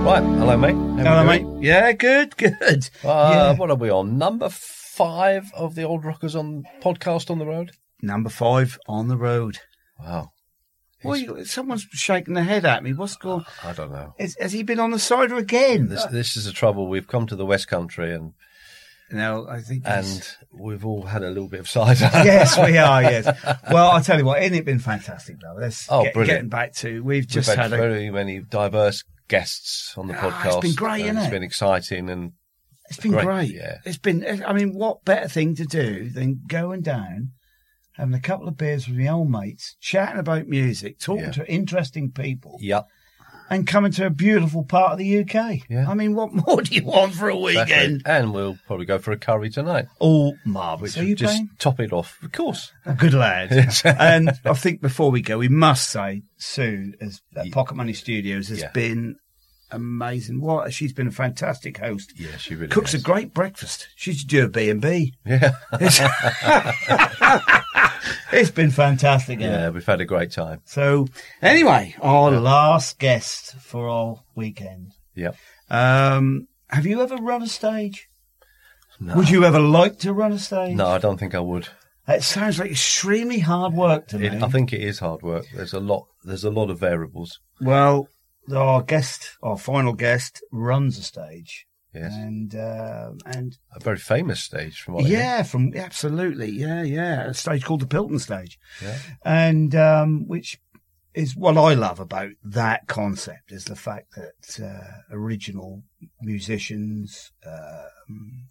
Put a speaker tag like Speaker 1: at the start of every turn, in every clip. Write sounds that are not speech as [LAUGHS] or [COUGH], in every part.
Speaker 1: Right, hello, mate. How
Speaker 2: Hello,
Speaker 1: we
Speaker 2: mate.
Speaker 1: doing?
Speaker 2: Yeah, good, good.
Speaker 1: Uh,
Speaker 2: Yeah.
Speaker 1: What are we on? Number five of the Old Rockers on podcast on the road.
Speaker 2: Number five on the road.
Speaker 1: Wow,
Speaker 2: Well, you, someone's shaking their head at me. What's going?
Speaker 1: I don't know.
Speaker 2: Is, has he been on the cider again?
Speaker 1: This this is the trouble. We've come to the West Country and
Speaker 2: no, I think.
Speaker 1: and
Speaker 2: he's-
Speaker 1: we've all had a little bit of cider.
Speaker 2: [LAUGHS] yes, we are. Yes. Well, I'll tell you what. Isn't it been fantastic though? Let's
Speaker 1: Oh,
Speaker 2: get,
Speaker 1: brilliant.
Speaker 2: getting back to. We've
Speaker 1: We've
Speaker 2: just
Speaker 1: had
Speaker 2: had a.
Speaker 1: very many diverse guests on the
Speaker 2: Ah, it's
Speaker 1: podcast.
Speaker 2: been great,
Speaker 1: and
Speaker 2: isn't
Speaker 1: It's
Speaker 2: it?
Speaker 1: been exciting and
Speaker 2: It's been
Speaker 1: great,
Speaker 2: great.
Speaker 1: yeah.
Speaker 2: It's been. eh, I mean, what better thing to do than going down, having a couple of beers with my old mates, chatting about music, talking
Speaker 1: Yeah.
Speaker 2: to interesting people.
Speaker 1: yep.
Speaker 2: and coming to a beautiful part of the UK.
Speaker 1: Yeah.
Speaker 2: I mean, what more do you want for a
Speaker 1: exactly.
Speaker 2: weekend?
Speaker 1: And we'll probably go for a curry tonight,
Speaker 2: All marvellous.
Speaker 1: which
Speaker 2: Are
Speaker 1: will
Speaker 2: you
Speaker 1: just
Speaker 2: playing?
Speaker 1: top it off. Of course.
Speaker 2: A good
Speaker 1: [LAUGHS]
Speaker 2: lad.
Speaker 1: Yes.
Speaker 2: and I think before we go, we must say Sue as at
Speaker 1: Ye-
Speaker 2: Pocket Money Studios has
Speaker 1: Yeah.
Speaker 2: been amazing. What she's been a fantastic host.
Speaker 1: Yeah, she really
Speaker 2: Cooks
Speaker 1: is.
Speaker 2: a great breakfast. She should do a B
Speaker 1: [LAUGHS]
Speaker 2: and B.
Speaker 1: yeah.
Speaker 2: It's been fantastic. hasn't it?
Speaker 1: yeah, we've had a great time.
Speaker 2: So anyway, our last guest for our weekend.
Speaker 1: Yep.
Speaker 2: Um, have you ever run a stage?
Speaker 1: No.
Speaker 2: Would you ever like to run a stage?
Speaker 1: No, I don't think I would.
Speaker 2: It sounds like extremely hard work to me.
Speaker 1: It, I think it is hard work. There's a lot. There's a lot of variables.
Speaker 2: Well, our guest, our final guest, runs a stage.
Speaker 1: Yes,
Speaker 2: And um and
Speaker 1: a very famous stage from what
Speaker 2: yeah, from absolutely, yeah, yeah, a stage called the Pilton Stage,
Speaker 1: I hear.
Speaker 2: and um, which is what I love about that concept is the fact that uh, original musicians, um,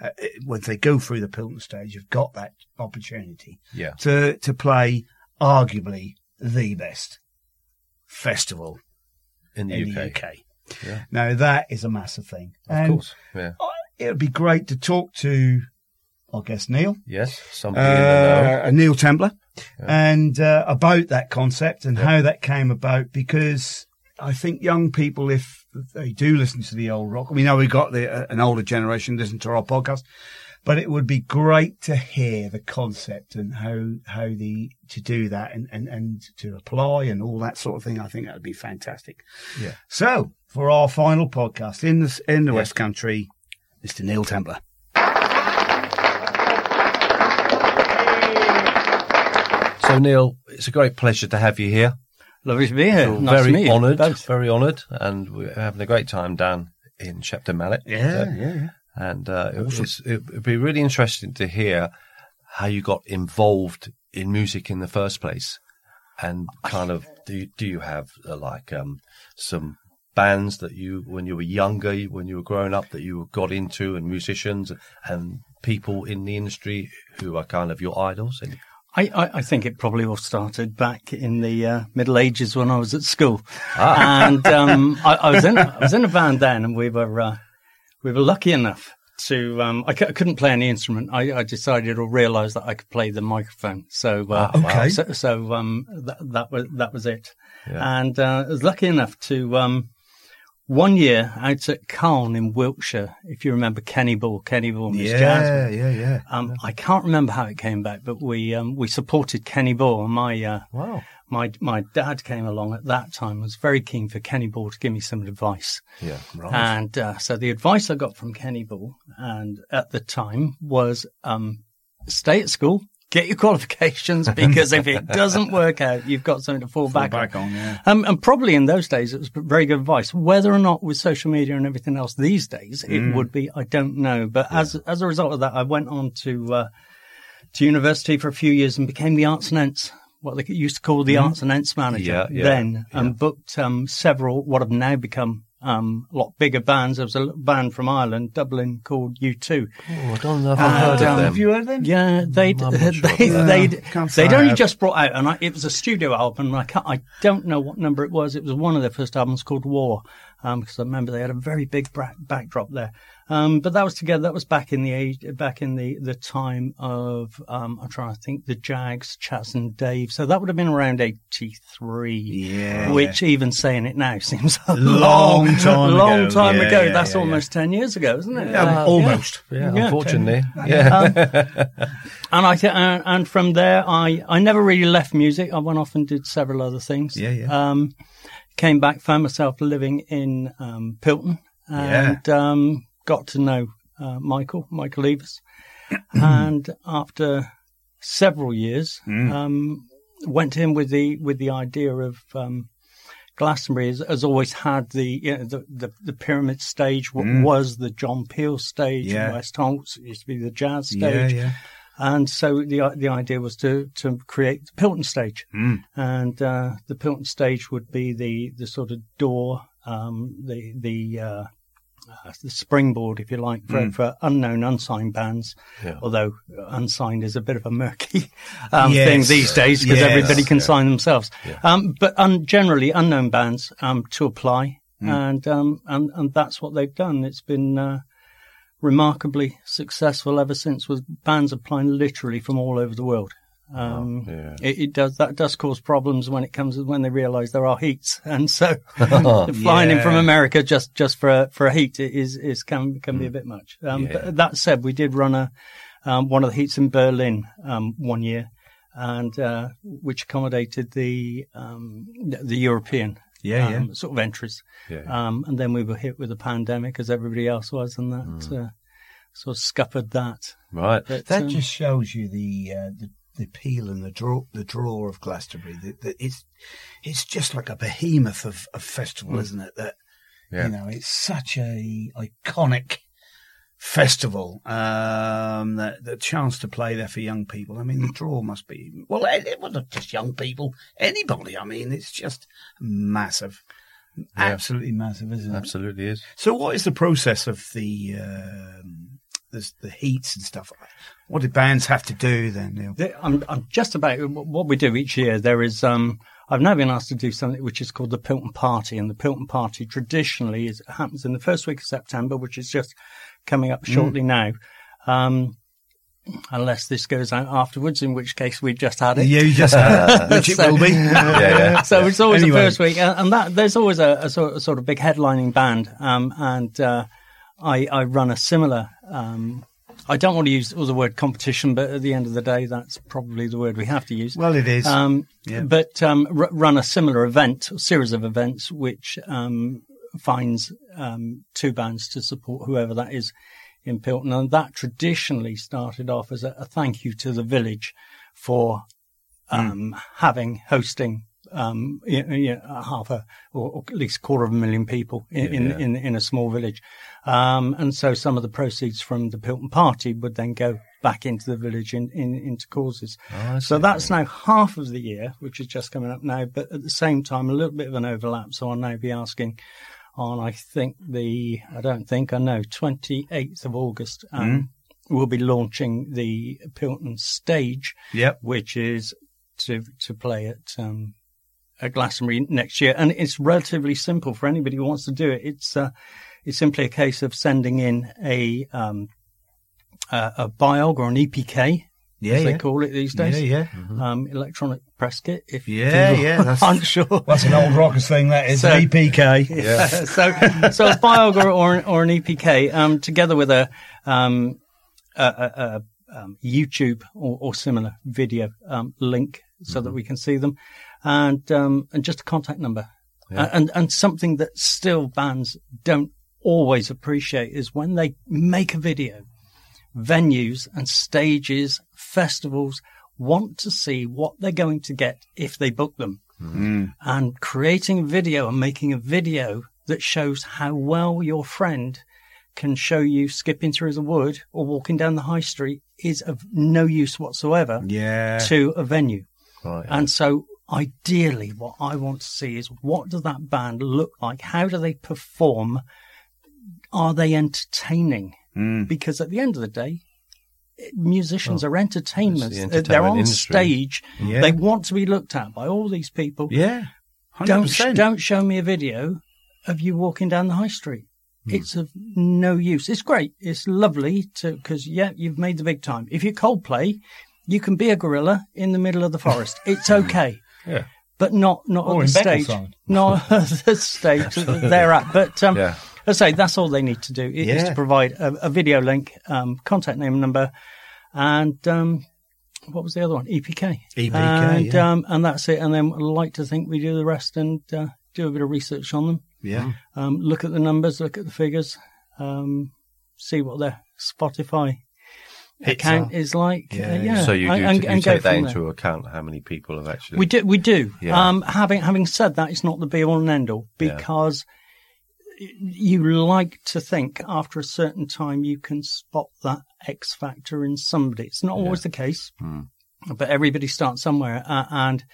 Speaker 2: uh, it- when they go through the Pilton Stage, have got that opportunity
Speaker 1: yeah,
Speaker 2: to to play arguably the best festival
Speaker 1: yeah, in the
Speaker 2: in
Speaker 1: UK,
Speaker 2: the UK.
Speaker 1: Yeah.
Speaker 2: Now that is a massive thing.
Speaker 1: of
Speaker 2: and
Speaker 1: course. Yeah,
Speaker 2: It would be great to talk to, I guess Neil,
Speaker 1: yes, somebody in the know.
Speaker 2: uh, uh, Neil Templer,
Speaker 1: Yeah.
Speaker 2: and uh, about that concept and
Speaker 1: Yeah.
Speaker 2: how that came about because. I think young people, if they do listen to the old rock, we know we've got the, uh, an older generation listen to our podcast, but it would be great to hear the concept and how how the to do that and and, and to apply and all that sort of thing. I think that would be fantastic.
Speaker 1: Yeah.
Speaker 2: So for our final podcast in the in the
Speaker 1: Yeah.
Speaker 2: West Country, Mr. Neil Templer.
Speaker 1: So Neil, it's a great pleasure to have you here.
Speaker 3: Lovely to be here.
Speaker 1: We're
Speaker 3: nice
Speaker 1: very
Speaker 3: to meet you.
Speaker 1: honoured,
Speaker 3: Thanks.
Speaker 1: very honoured, and we're having a great time down in Shepton Mallet. So-
Speaker 2: yeah, yeah.
Speaker 1: and uh, it-
Speaker 2: Awesome.
Speaker 1: it's, it would be really interesting to hear how you got involved in music in the first place, and kind
Speaker 3: [LAUGHS]
Speaker 1: of do you, do you have uh, like um, some bands that you when you were younger, you- when you were growing up, that you got into, and musicians and people in the industry who are kind of your idols. And
Speaker 3: I, I, I think it probably all started back in the uh, Middle Ages when I was at school,
Speaker 1: Ah.
Speaker 3: [LAUGHS] and um, I, I was in I was in a band then, and we were uh, we were lucky enough to um, I, c- I couldn't play any instrument. I, I decided or realised that I could play the microphone. So uh,
Speaker 1: Ah, wow.
Speaker 2: Okay.
Speaker 3: so, so um, that, that was that was it.
Speaker 1: Yeah.
Speaker 3: And uh, I was lucky enough to um, one year out at Carn in Wiltshire, if you remember Kenny Ball, Kenny Ball and his jazz
Speaker 2: Yeah, yeah, yeah.
Speaker 3: Um, I can't remember how it came back, but we um, we supported Kenny Ball. And my uh,
Speaker 1: wow,
Speaker 3: my my dad came along at that time was very keen for Kenny Ball to give me some advice,
Speaker 1: yeah, right,
Speaker 3: and uh, so the advice I got from Kenny Ball and at the time was um, stay at school, get your [LAUGHS] qualifications because if it doesn't work out, you've got something to fall, back,
Speaker 2: back
Speaker 3: on.
Speaker 2: on, yeah.
Speaker 3: Um, and probably in those days, it was very good advice. Whether or not with social media and everything else these days, it
Speaker 1: Mm.
Speaker 3: would be, I don't know. But as as a result of that, I went on to uh, to university for a few years and became the arts and ents, what they used to call the arts and ents manager
Speaker 1: Mm. Yeah, yeah,
Speaker 3: then, and booked um, several what have now become um, a lot bigger bands. There was a l- band from Ireland, Dublin, called U2.
Speaker 1: Oh, I don't know if I've heard
Speaker 3: um,
Speaker 1: of them.
Speaker 2: Have you heard them?
Speaker 3: Yeah, they'd
Speaker 1: Mm, I'm not sure
Speaker 3: [LAUGHS] they
Speaker 1: about
Speaker 3: they'd,
Speaker 2: that. Can't say
Speaker 3: they'd
Speaker 2: I
Speaker 3: only
Speaker 2: have.
Speaker 3: just brought out, and I, it was a studio album. And I can't, I don't know what number it was. It was one of their first albums called War, um, because I remember they had a very big bra- backdrop there. Um, but that was together. That was back in the age, back in the the time of um, I'm trying to think, the Jags, Chaz and Dave. So that would have been around eighty three.
Speaker 2: Yeah.
Speaker 3: Which even saying it now [LAUGHS] seems a
Speaker 2: Long
Speaker 3: long,
Speaker 2: time
Speaker 3: long
Speaker 2: ago.
Speaker 3: time
Speaker 2: Yeah,
Speaker 3: ago.
Speaker 2: yeah,
Speaker 3: That's
Speaker 2: yeah, yeah.
Speaker 3: almost ten years ago, isn't it?
Speaker 2: Um,
Speaker 3: Uh,
Speaker 2: almost.
Speaker 1: yeah,
Speaker 3: Yeah,
Speaker 1: unfortunately, yeah.
Speaker 3: And I th- and, and from there, I, I never really left music. I went off and did several other things.
Speaker 2: Yeah, yeah.
Speaker 3: Um, came back, found myself living in um, Pilton, and um, got to know uh, Michael,
Speaker 2: [CLEARS THROAT]
Speaker 3: Michael Evers. and after several years,
Speaker 2: Mm.
Speaker 3: um, went in with the with the idea of um, Glastonbury has, has always had the, you know, the the the pyramid stage, what was the John Peel stage
Speaker 2: Mm. Yeah.
Speaker 3: in West Holt, it used to be the jazz stage.
Speaker 2: Yeah, yeah.
Speaker 3: And so the the idea was to to create the Pilton stage,
Speaker 2: Hmm.
Speaker 3: and uh, the Pilton stage would be the the sort of door, um, the the uh, uh, the springboard, if you like, for, for unknown unsigned bands.
Speaker 1: [LAUGHS] Yeah.
Speaker 3: Although unsigned is a bit of a murky um,
Speaker 2: Yes.
Speaker 3: thing these days because
Speaker 2: Yes.
Speaker 3: everybody can
Speaker 1: Yeah.
Speaker 3: sign themselves. Um, but un- generally, unknown bands um, to apply,
Speaker 2: Hmm.
Speaker 3: and um, and and that's what they've done. It's been. Uh, remarkably successful ever since with bands applying literally from all over the world. Um,
Speaker 1: yeah.
Speaker 3: it, it does that does cause problems when it comes when they realise there are heats, [LAUGHS] and so [LAUGHS] flying in from
Speaker 2: Yeah.
Speaker 3: America just just for a, for a heat is is can can be
Speaker 2: Mm.
Speaker 3: a bit much. Um,
Speaker 1: Yeah.
Speaker 3: but that said, we did run a um, one of the heats in Berlin um, one year, and uh, which accommodated the um, the European
Speaker 2: Yeah,
Speaker 3: um, sort of entries.
Speaker 1: Yeah.
Speaker 3: Um, and then we were hit with the pandemic as everybody else was, and that uh, sort of scuppered that.
Speaker 1: Right.
Speaker 3: But,
Speaker 2: Mm. That
Speaker 3: um,
Speaker 2: just shows you the, uh, the the appeal and the draw the draw of Glastonbury. The, the, it's it's just like a behemoth of, of festival, isn't it? That
Speaker 1: Yeah.
Speaker 2: you know, it's such a iconic festival. Um, that the chance to play there for young people. I mean, the draw must be well. It, it wasn't just young people, anybody. I mean, it's just massive, absolutely massive, isn't it?
Speaker 1: Absolutely is.
Speaker 2: So, what is the process of the um, the, the heats and stuff? What do bands have to do then?
Speaker 3: [LAUGHS]
Speaker 2: Neil?
Speaker 3: The- I'm, I'm just about what we do each year. There is, um, I've now been asked to do something which is called the Pilton Party, and the Pilton Party traditionally is happens in the first week of September, which is just coming up shortly now. Um, unless this goes out afterwards, in which case we've just had it.
Speaker 2: Yeah, you just uh,
Speaker 3: [LAUGHS]
Speaker 2: which it will be.
Speaker 1: Yeah, yeah.
Speaker 3: so it's always
Speaker 2: Anyway.
Speaker 3: the first week, and and that there's always a, a, sort, a sort of big headlining band, um, and uh, I, I run a similar. Um, I don't want to use the word competition, but at the end of the day, that's probably the word we have to use.
Speaker 2: Well, it is.
Speaker 3: Um,
Speaker 2: Yeah.
Speaker 3: But um, r- run a similar event, a series of events, which um, finds um, two bands to support whoever that is in Pilton. And that traditionally started off as a, a thank you to the village for
Speaker 1: Hmm.
Speaker 3: um, having, hosting. Um, you you know, a half a, or, or at least quarter of a million people in, in,
Speaker 1: yeah.
Speaker 3: in, in a small village. Um, and so some of the proceeds from the Pilton party would then go back into the village in, in, into causes.
Speaker 1: I
Speaker 3: So
Speaker 1: see.
Speaker 3: that's now half of the year, which is just coming up now, but at the same time, a little bit of an overlap. So I'll now be asking on, I think the, I don't think, I know, 28th of August, um,
Speaker 2: Mm-hmm.
Speaker 3: we'll be launching the Pilton stage,
Speaker 2: yep.
Speaker 3: which is to, to play at, um, at Glastonbury next year. And it's relatively simple for anybody who wants to do it. It's, uh, it's simply a case of sending in a, um, a, a biog or an EPK,
Speaker 2: Yeah,
Speaker 3: as
Speaker 2: yeah.
Speaker 3: they call it these
Speaker 2: yeah,
Speaker 3: days
Speaker 2: yeah.
Speaker 3: um, electronic press kit. If
Speaker 2: Mm-hmm. Yeah,
Speaker 3: people
Speaker 2: yeah, that's-
Speaker 3: [LAUGHS] aren't sure.
Speaker 2: [LAUGHS] That's an old rockers thing. That is E
Speaker 3: So-
Speaker 2: EPK.
Speaker 1: Yeah.
Speaker 3: so, [LAUGHS] so a Biog or, or, an- or an EPK, um, together with a, um, a, a, a um, YouTube or, or similar video um, link, so that we can see them, and um, and just a contact number, A- and and something that still bands don't always appreciate is when they make a video, venues and stages, festivals want to see what they're going to get if they book them.
Speaker 2: Mm.
Speaker 3: And creating a video and making a video that shows how well your friend can show you skipping through the wood or walking down the high street is of no use whatsoever
Speaker 2: Yeah.
Speaker 3: to a venue.
Speaker 1: Right.
Speaker 3: And so ideally what I want to see is what does that band look like? How do they perform? Are they entertaining?
Speaker 2: Mm.
Speaker 3: Because at the end of the day, musicians are entertainment.
Speaker 1: it's the
Speaker 3: They're
Speaker 1: entertainment
Speaker 3: on
Speaker 1: industry.
Speaker 3: stage.
Speaker 2: Yeah.
Speaker 3: They want to be looked at by all these people.
Speaker 2: Yeah.
Speaker 3: do
Speaker 2: 100%.
Speaker 3: not don't show me a video of you walking down the high street.
Speaker 2: Hmm.
Speaker 3: It's of no use. It's great. It's lovely to because yeah, you've made the big time. If you're Coldplay, you can be a gorilla in the middle of
Speaker 2: [LAUGHS]
Speaker 3: the forest. It's okay.
Speaker 1: Yeah.
Speaker 3: But not not
Speaker 2: Or
Speaker 3: at the
Speaker 2: in
Speaker 3: stage.
Speaker 2: Beckelside.
Speaker 3: [LAUGHS] Not at the stage that they're at. But um,
Speaker 1: Yeah.
Speaker 3: as I say, that's all they need to do i- is
Speaker 2: Yeah.
Speaker 3: to provide a, a video link, um, contact name, and number, and um, what was the other one? EPK.
Speaker 2: EPK,
Speaker 3: And
Speaker 2: E yeah.
Speaker 3: um, and that's it. And then I like to think we do the rest and uh, do a bit of research on them,
Speaker 2: Yeah.
Speaker 3: um, look at the numbers, look at the figures, um, see what their Spotify account is like.
Speaker 2: Yeah,
Speaker 3: uh,
Speaker 2: yeah.
Speaker 3: yeah.
Speaker 1: So you do
Speaker 3: and- and-
Speaker 1: you
Speaker 3: and go
Speaker 1: take that
Speaker 3: from
Speaker 1: into
Speaker 3: there.
Speaker 1: account how many people have actually
Speaker 3: We do, we do.
Speaker 1: Yeah.
Speaker 3: Um, having having said that, it's not the be all and end all
Speaker 1: Yeah.
Speaker 3: because y- you like to think after a certain time you can spot that X factor in somebody. It's not always the case,
Speaker 1: Hmm.
Speaker 3: but everybody starts somewhere, uh, and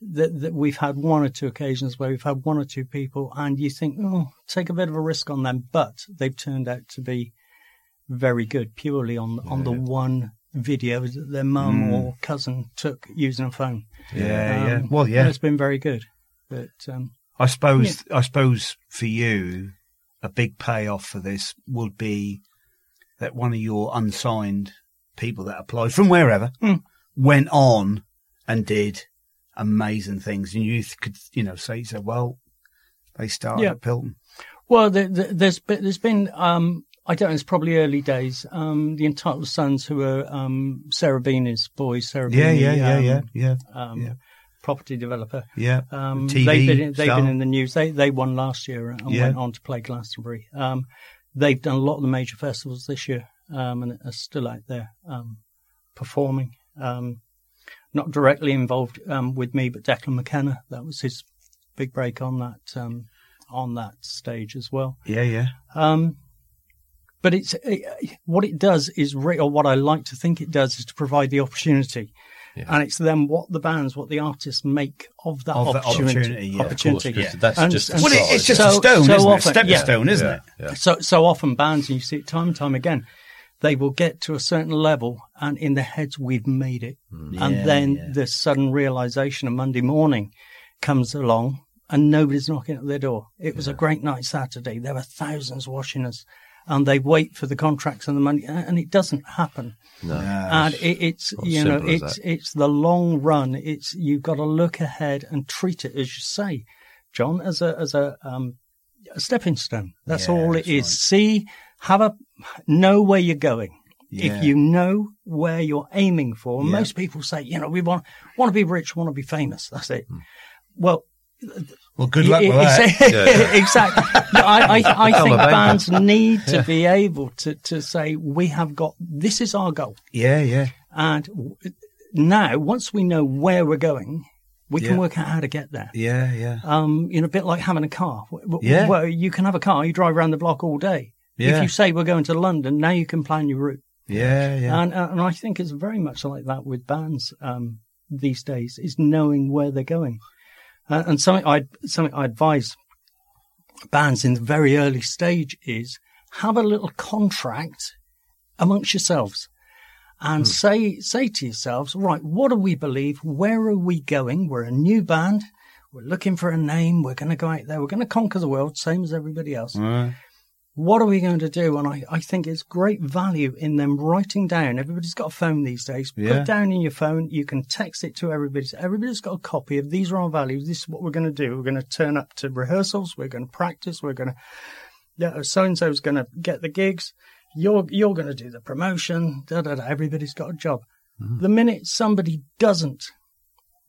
Speaker 3: that that we've had one or two occasions where we've had one or two people, and you think, oh, take a bit of a risk on them, but they've turned out to be very good purely on on the one video that their mum
Speaker 1: Hmm.
Speaker 3: or cousin took using a phone.
Speaker 2: Yeah,
Speaker 3: Um,
Speaker 2: yeah. Well,
Speaker 3: and
Speaker 2: yeah.
Speaker 3: It's been very good. But um,
Speaker 2: I suppose I suppose for you, a big payoff for this would be that one of your unsigned people that applied from wherever
Speaker 3: Mm.
Speaker 2: went on and did amazing things, and you th- could you know say, "So well, they started
Speaker 3: Yeah.
Speaker 2: at Pilton."
Speaker 3: well, the, the, there's be- there's been um, I don't know. It's probably early days. Um, the entitled sons who are um, Sarah Beanie's boys. Sarah
Speaker 2: Yeah,
Speaker 3: Beanie,
Speaker 2: yeah, yeah,
Speaker 3: um,
Speaker 2: yeah, yeah,
Speaker 3: Um,
Speaker 2: yeah.
Speaker 3: Property developer.
Speaker 2: yeah.
Speaker 3: Um,
Speaker 2: TV
Speaker 3: they've been in, they've
Speaker 2: star.
Speaker 3: been in the news. They they won last year and
Speaker 2: Yeah.
Speaker 3: went on to play Glastonbury. Um, they've done a lot of the major festivals this year um, and are still out there um, performing. Um, not directly involved um, with me, but Declan McKenna. That was his big break on that um, on that stage as well.
Speaker 2: yeah, yeah.
Speaker 3: Um, but it's it, what it does is, re- or what I like to think it does, is to provide the opportunity, and it's then what the bands, what the artists make of that
Speaker 2: Of the
Speaker 3: opportunity.
Speaker 2: opportunity, yeah, of course,
Speaker 1: 'cause that's just a
Speaker 2: Well,
Speaker 1: Well,
Speaker 2: it,
Speaker 1: it's
Speaker 2: it's just
Speaker 1: so-
Speaker 2: a stone,
Speaker 3: so
Speaker 2: isn't it?
Speaker 3: often-
Speaker 2: Stepping
Speaker 3: yeah.
Speaker 2: stone, isn't it?
Speaker 1: yeah.
Speaker 3: So, so often bands, and you see it time and time again, they will get to a certain level, and in their heads, we've made it.
Speaker 2: Yeah,
Speaker 3: and then
Speaker 2: yeah.
Speaker 3: the sudden realization of Monday morning comes along, and nobody's knocking at their door. It was a great night Saturday. There were thousands watching us, and they wait for the contracts and the money, a- and it doesn't happen.
Speaker 2: Uh,
Speaker 3: and it, it's
Speaker 1: not
Speaker 3: you know,
Speaker 1: simple as
Speaker 3: it's it's the long run. It's you've got to look ahead and treat it as you say, John, as a as a um, a stepping stone. That's
Speaker 2: Yeah,
Speaker 3: all it
Speaker 2: that's
Speaker 3: is.
Speaker 2: right.
Speaker 3: See, have a know where you're going.
Speaker 2: Yeah.
Speaker 3: If you know where you're aiming for,
Speaker 2: Yeah.
Speaker 3: most people say, you know, we want want to be rich, want to be famous. That's it. Well,
Speaker 2: Well, Hmm. good
Speaker 3: it-
Speaker 2: luck with
Speaker 3: it-
Speaker 2: that.
Speaker 3: [LAUGHS] it's- exactly. No,
Speaker 2: [LAUGHS]
Speaker 3: I, I, I think
Speaker 1: a banker.
Speaker 3: bands need to be able to to say we have got this is our goal.
Speaker 2: yeah, yeah.
Speaker 3: And w- now, once we know where we're going, we
Speaker 2: Yeah.
Speaker 3: can work out how to get there.
Speaker 2: Yeah, yeah.
Speaker 3: Um, you know, a bit like having a car. W- w-
Speaker 2: Yeah.
Speaker 3: Well, you can have a car, you drive around the block all day.
Speaker 2: Yeah.
Speaker 3: If you say we're going to London, now you can plan your route.
Speaker 2: Yeah, yeah.
Speaker 3: And, uh, and I think it's very much like that with bands um, these days, is knowing where they're going. Uh, and something I something I advise bands in the very early stage is have a little contract amongst yourselves and say say to yourselves, right, what do we believe? Where are we going? We're a new band. We're looking for a name. We're going to go out there. We're going to conquer the world, same as everybody else.
Speaker 1: Mm.
Speaker 3: What are we going to do? And I, I think it's great value in them writing down. Everybody's got a phone these days. Put
Speaker 2: Yeah.
Speaker 3: it down in your phone. You can text it to everybody. So Everybody's got a copy of these are our values. This is what we're going to do. We're going to turn up to rehearsals. We're going to practice. We're going to yeah, so and so's going to get the gigs. You're you're going to do the promotion. Da da da. Everybody's got a job. The minute somebody doesn't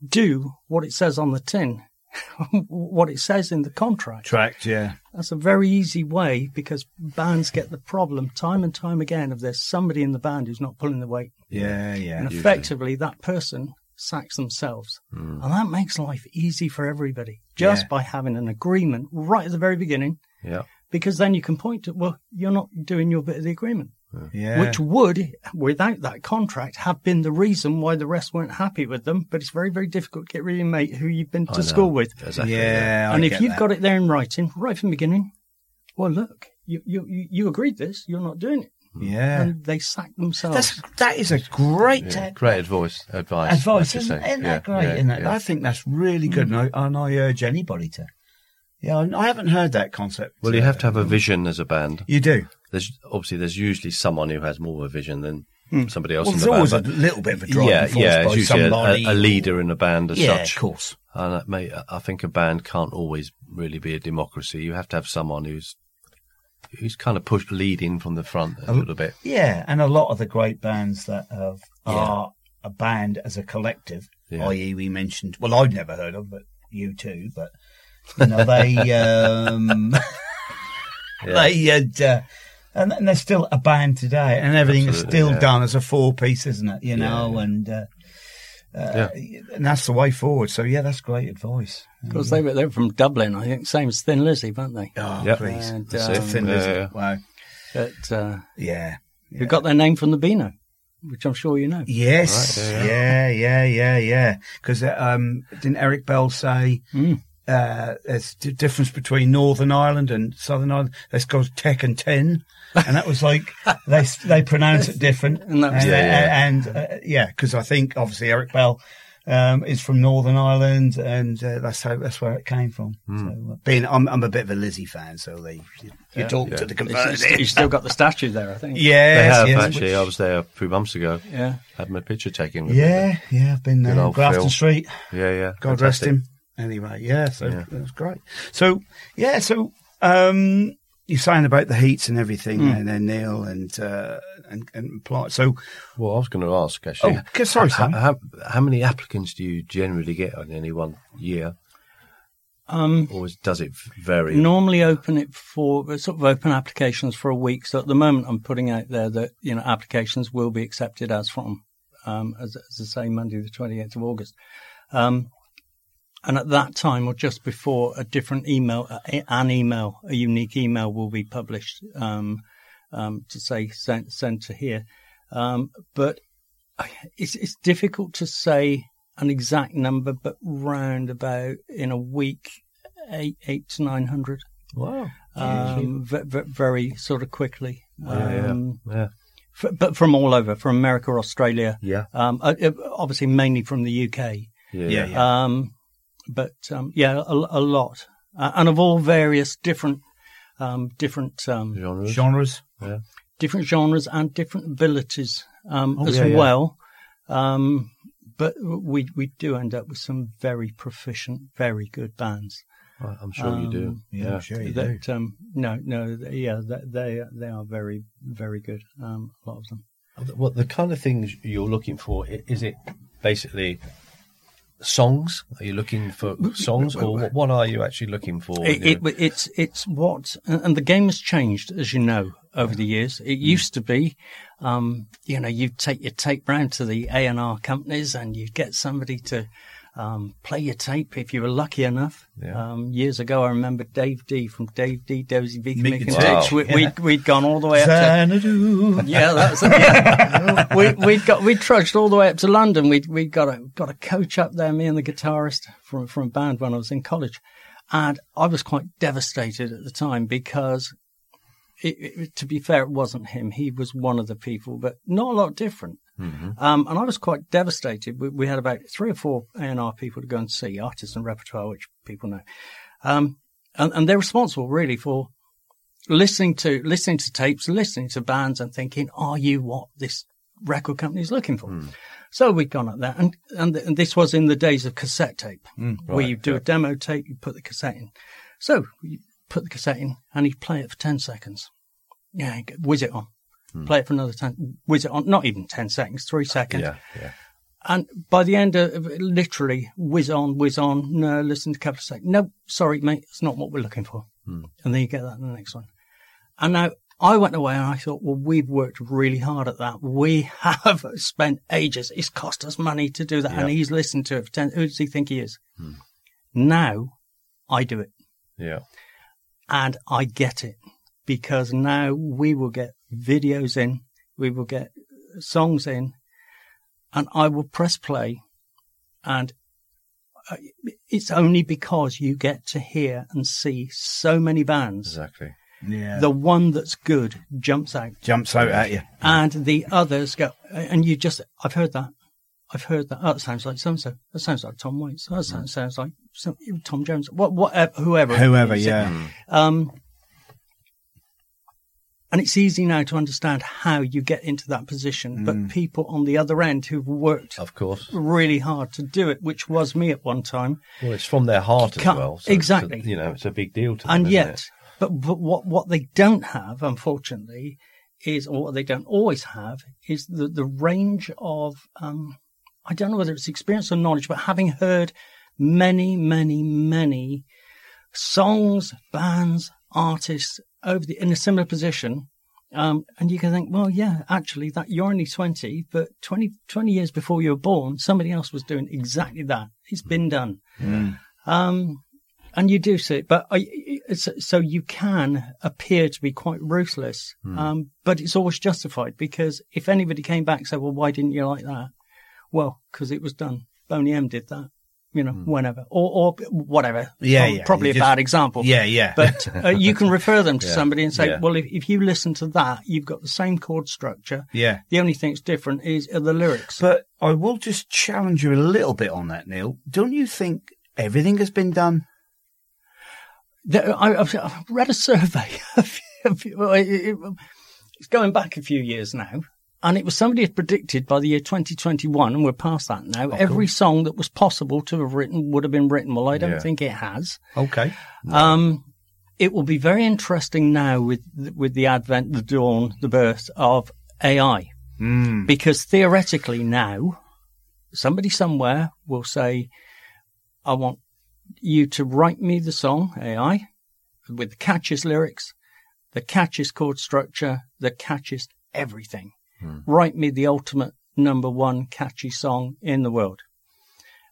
Speaker 3: do what it says on the tin, [LAUGHS] what it says in the contract,
Speaker 2: Tracked, yeah.
Speaker 3: that's a very easy way because bands get the problem time and time again of there's somebody in the band who's not pulling the weight,
Speaker 2: Yeah, yeah.
Speaker 3: and effectively that person sacks themselves,
Speaker 1: Mm,
Speaker 3: and that makes life easy for everybody just
Speaker 2: Yeah.
Speaker 3: by having an agreement right at the very beginning
Speaker 1: yeah.
Speaker 3: because then you can point to, well, you're not doing your bit of the agreement,
Speaker 2: yeah.
Speaker 3: which would, without that contract, have been the reason why the rest weren't happy with them. But it's very, very difficult to get rid of your mate who you've been
Speaker 1: I
Speaker 3: to
Speaker 1: know.
Speaker 3: school with.
Speaker 1: Exactly,
Speaker 2: yeah. I
Speaker 3: and if
Speaker 2: get
Speaker 3: you've
Speaker 2: that.
Speaker 3: got it there in writing, right from the beginning, well, look, you, you, you you agreed this, you're not doing it.
Speaker 2: yeah,
Speaker 3: And they sack themselves.
Speaker 2: that's that is a great
Speaker 1: Oh. Yeah,
Speaker 2: uh,
Speaker 1: Great advice. Advice.
Speaker 2: advice,
Speaker 1: like you
Speaker 2: isn't,
Speaker 1: say.
Speaker 2: isn't
Speaker 1: Yeah,
Speaker 2: that great?
Speaker 1: yeah,
Speaker 2: isn't it?
Speaker 1: yeah. Mm.
Speaker 2: I think that's really good, and, I, and I urge anybody to. Yeah, I, I haven't heard that concept.
Speaker 1: Well, you
Speaker 2: uh,
Speaker 1: have to have a vision as a band.
Speaker 2: You do.
Speaker 1: There's obviously there's usually someone who has more of a vision than somebody else in
Speaker 2: Hmm. Well, there's
Speaker 1: the band.
Speaker 2: always a
Speaker 1: but-
Speaker 2: little bit of a driving
Speaker 1: yeah,
Speaker 2: force
Speaker 1: yeah.
Speaker 2: by
Speaker 1: It's usually
Speaker 2: somebody.
Speaker 1: a, a leader in a band as
Speaker 2: yeah,
Speaker 1: such.
Speaker 2: of course.
Speaker 1: And that may, I think a band can't always really be a democracy. You have to have someone who's who's kind of pushed leading from the front a little bit.
Speaker 2: Yeah, and a lot of the great bands that have, are a band as a collective,
Speaker 1: Yeah.
Speaker 2: i.e., we mentioned. Well, I'd never heard of, but you too. But You
Speaker 1: [LAUGHS]
Speaker 2: know, they um,
Speaker 1: Yeah.
Speaker 2: they had, uh, and, and they're still a band today, and everything is
Speaker 1: Absolutely,
Speaker 2: still
Speaker 1: yeah.
Speaker 2: done as a four piece, isn't it? You know,
Speaker 1: yeah.
Speaker 2: and uh,
Speaker 1: yeah.
Speaker 2: and that's the way forward. So yeah, that's great advice.
Speaker 3: Because they were, they were from Dublin, I think. Same as Thin Lizzy, weren't they?
Speaker 2: Oh,
Speaker 1: Yep. uh,
Speaker 2: please,
Speaker 3: And,
Speaker 1: That's
Speaker 3: um,
Speaker 1: it.
Speaker 2: Thin
Speaker 1: Yeah,
Speaker 2: Lizzy.
Speaker 1: yeah.
Speaker 2: Wow.
Speaker 3: But uh,
Speaker 2: Yeah.
Speaker 3: who got their name from the Beano, which I'm sure you know.
Speaker 2: Yes.
Speaker 1: Right,
Speaker 2: yeah, yeah, yeah, yeah. Because um, didn't Eric Bell say
Speaker 3: Mm.
Speaker 2: uh, there's the difference between Northern Ireland and Southern Ireland? There's called Tech and Ten, and that
Speaker 1: [LAUGHS]
Speaker 2: was like they they pronounce it different.
Speaker 3: And that was-
Speaker 2: and
Speaker 1: Yeah,
Speaker 2: and, uh, yeah, because I think obviously Eric Bell. Um, is from Northern Ireland, and uh, that's how that's where it came from.
Speaker 1: Hmm.
Speaker 2: So, uh, being, I'm, I'm a bit of a Lizzie fan, so they you, you talk
Speaker 1: yeah.
Speaker 2: to the
Speaker 3: He's,
Speaker 2: converted.
Speaker 3: he's- he's still got the statue there, I
Speaker 2: [LAUGHS]
Speaker 3: think.
Speaker 2: Yes,
Speaker 1: They have
Speaker 2: yes,
Speaker 1: actually. I was there a few months ago.
Speaker 3: Yeah.
Speaker 1: Had my picture taken. With
Speaker 2: yeah, yeah. I've been
Speaker 1: Good
Speaker 2: there,
Speaker 1: old
Speaker 2: Grafton
Speaker 1: Phil.
Speaker 2: Street.
Speaker 1: me. yeah, yeah.
Speaker 2: God
Speaker 1: Fantastic.
Speaker 2: rest him. Anyway, yeah, so
Speaker 1: Yeah.
Speaker 2: that's great. So yeah, so um, you're saying about the heats and everything,
Speaker 3: Hmm.
Speaker 2: and then Neil and uh, and and Plot. So
Speaker 1: Well, I was going to ask actually.
Speaker 2: oh, okay, sorry,
Speaker 1: how,
Speaker 2: Sam.
Speaker 1: how, how many applicants do you generally get on any one year,
Speaker 3: Um,
Speaker 1: or is, does it vary?
Speaker 3: normally open it for sort of open applications for a week. So at the moment, I'm putting out there that you know applications will be accepted as from um, as, as I say Monday the 28th of August. Um, and at that time, or just before, a different email, a- an email, a unique email will be published um, um, to say sent sent to here. Um, but it's it's difficult to say an exact number, but round about in a week, eight eight to nine hundred
Speaker 1: Wow.
Speaker 3: um, ve- ve- very sort of quickly.
Speaker 1: Oh, yeah,
Speaker 3: Um,
Speaker 1: yeah,
Speaker 3: f- but from all over, from America, Australia,
Speaker 1: yeah,
Speaker 3: um, uh, uh, obviously mainly from the UK.
Speaker 1: yeah,
Speaker 2: Yeah,
Speaker 1: yeah.
Speaker 2: yeah.
Speaker 3: Um, but um, yeah, a, a lot, uh, and of all various different, um, different, um,
Speaker 1: Genres.
Speaker 2: Genres.
Speaker 3: different genres and different abilities um,
Speaker 1: Oh,
Speaker 3: as
Speaker 1: yeah, yeah.
Speaker 3: well. Um, but we we do end up with some very proficient, very good bands.
Speaker 1: I- I'm sure you do.
Speaker 3: Um,
Speaker 1: Yeah,
Speaker 2: sure you do.
Speaker 3: that um, no no th- yeah that they they are very very good um, a lot of them
Speaker 1: Well, the kind of things you're looking for i- is it basically songs? Are you looking
Speaker 2: [LAUGHS]
Speaker 1: for songs, or what, what are you actually looking for?
Speaker 3: it, it, it's it's what and and the game has changed as you know over the years it used to be um, you know you'd take your tape round to the A&R companies and you'd get somebody to um, play your tape if you were lucky enough.
Speaker 1: Yeah.
Speaker 3: Um, years ago, I remember Dave D from Dave D, Dozy B,
Speaker 2: Mick
Speaker 3: Mick and
Speaker 2: and
Speaker 1: Wow.
Speaker 3: Titch. We,
Speaker 2: Yeah.
Speaker 3: we'd, we'd gone all the way up to
Speaker 2: Xanadu.
Speaker 3: [LAUGHS] Yeah, that's it. Yeah. [LAUGHS] we we got we trudged all the way up to London. We we got a got a coach up there, me and the guitarist from from a band when I was in college, and I was quite devastated at the time because, it, it, to be fair, it wasn't him. He was one of the people, but not a lot different. Um, and I was quite devastated. We, we had about three or four A&R people to go and see artists and repertoire, which people know, um, and, and they're responsible really for listening to listening to tapes, listening to bands, and thinking, "Are you what this record company's looking for?"
Speaker 1: Hmm.
Speaker 3: So we'd gone at that, and and, and this was in the days of cassette tape, where
Speaker 1: Hmm, right,
Speaker 3: you do a demo tape, you put the cassette in. So you put the cassette in, and he'd play it for ten seconds. Yeah, he'd go, whiz it on. Play it for another ten, whiz it on. Not even ten seconds, three seconds.
Speaker 1: Hmm. yeah, yeah.
Speaker 3: And by the end of it, literally whiz on, whiz on, no, listen to a couple of seconds. No, sorry, mate, it's not what we're looking for. And then you get that in the next one. And now I went away and I thought, well, we've worked really hard at that. We [LAUGHS] have spent ages. It's cost us money to do that. And
Speaker 1: Yeah.
Speaker 3: he's listened to it for 10. Who does he think he is? Now I do it
Speaker 1: yeah.
Speaker 3: and I get it because now we will get videos in, we will get songs in, and I will press play. And uh, it's only because you get to hear and see so many bands.
Speaker 1: Exactly.
Speaker 2: Yeah.
Speaker 3: The one that's good jumps out,
Speaker 2: Jumps out at you.
Speaker 3: and the others go, and you just, I've heard that. I've heard that. Oh, that sounds like so and so. That sounds like Tom Waits. That sounds, sounds like some, Tom Jones. What, what, whoever.
Speaker 2: Whoever,
Speaker 3: It's-
Speaker 2: yeah.
Speaker 3: um, and it's easy now to understand how you get into that position, but people on the other end who've worked
Speaker 1: Of course.
Speaker 3: really hard to do it, which was me at one time,
Speaker 1: Well, it's from their heart as
Speaker 3: Can't-
Speaker 1: well. it's
Speaker 3: exactly.
Speaker 1: a- you know, it's a big deal to them.
Speaker 3: and
Speaker 1: isn't
Speaker 3: yet,
Speaker 1: it?
Speaker 3: but, but what what they don't have, unfortunately, is or what they don't always have is the the range of um, I don't know whether it's experience or knowledge, but having heard many, many, many songs, bands, artists over the in a similar position. Um, and you can think, well, yeah, actually, that you're only 20, but 20, 20 years before you were born, somebody else was doing exactly that. It's
Speaker 4: Mm.
Speaker 3: been done. Um, and you do see it, but I, it's, so you can appear to be quite ruthless,
Speaker 4: Mm.
Speaker 3: um, but it's always justified because if anybody came back and said, well, why didn't you like that? Well, because it was done. Boney M did that, you know, whenever or, or whatever.
Speaker 4: Mm. Yeah,
Speaker 3: Prob-
Speaker 4: yeah,
Speaker 3: probably
Speaker 4: you
Speaker 3: a
Speaker 4: just-
Speaker 3: bad example.
Speaker 4: Yeah, yeah.
Speaker 3: But uh, you can refer them
Speaker 1: [LAUGHS]
Speaker 3: to
Speaker 1: Yeah,
Speaker 3: somebody and say,
Speaker 1: yeah.
Speaker 3: well, if, if you listen to that, you've got the same chord structure.
Speaker 4: Yeah.
Speaker 3: The only thing that's different is are the lyrics.
Speaker 4: But I will just challenge you a little bit on that, Neil. Don't you think everything has been done?
Speaker 3: There, I, I've, I've read a survey. [LAUGHS] of- of- well, it- it- it's going back a few years now, and it was somebody had predicted by the year 2021, and we're past that now.
Speaker 1: Oh,
Speaker 3: every song that was possible to have written would have been written. Well, I don't
Speaker 1: Yeah.
Speaker 3: think it has.
Speaker 4: Okay.
Speaker 3: Um, it will be very interesting now with with the advent, the dawn, the birth of AI,
Speaker 2: Hmm.
Speaker 3: because theoretically now, somebody somewhere will say, "I want you to write me the song AI with the catchiest lyrics, the catchiest chord structure, the catchiest everything. Write me the ultimate number one catchy song in the world."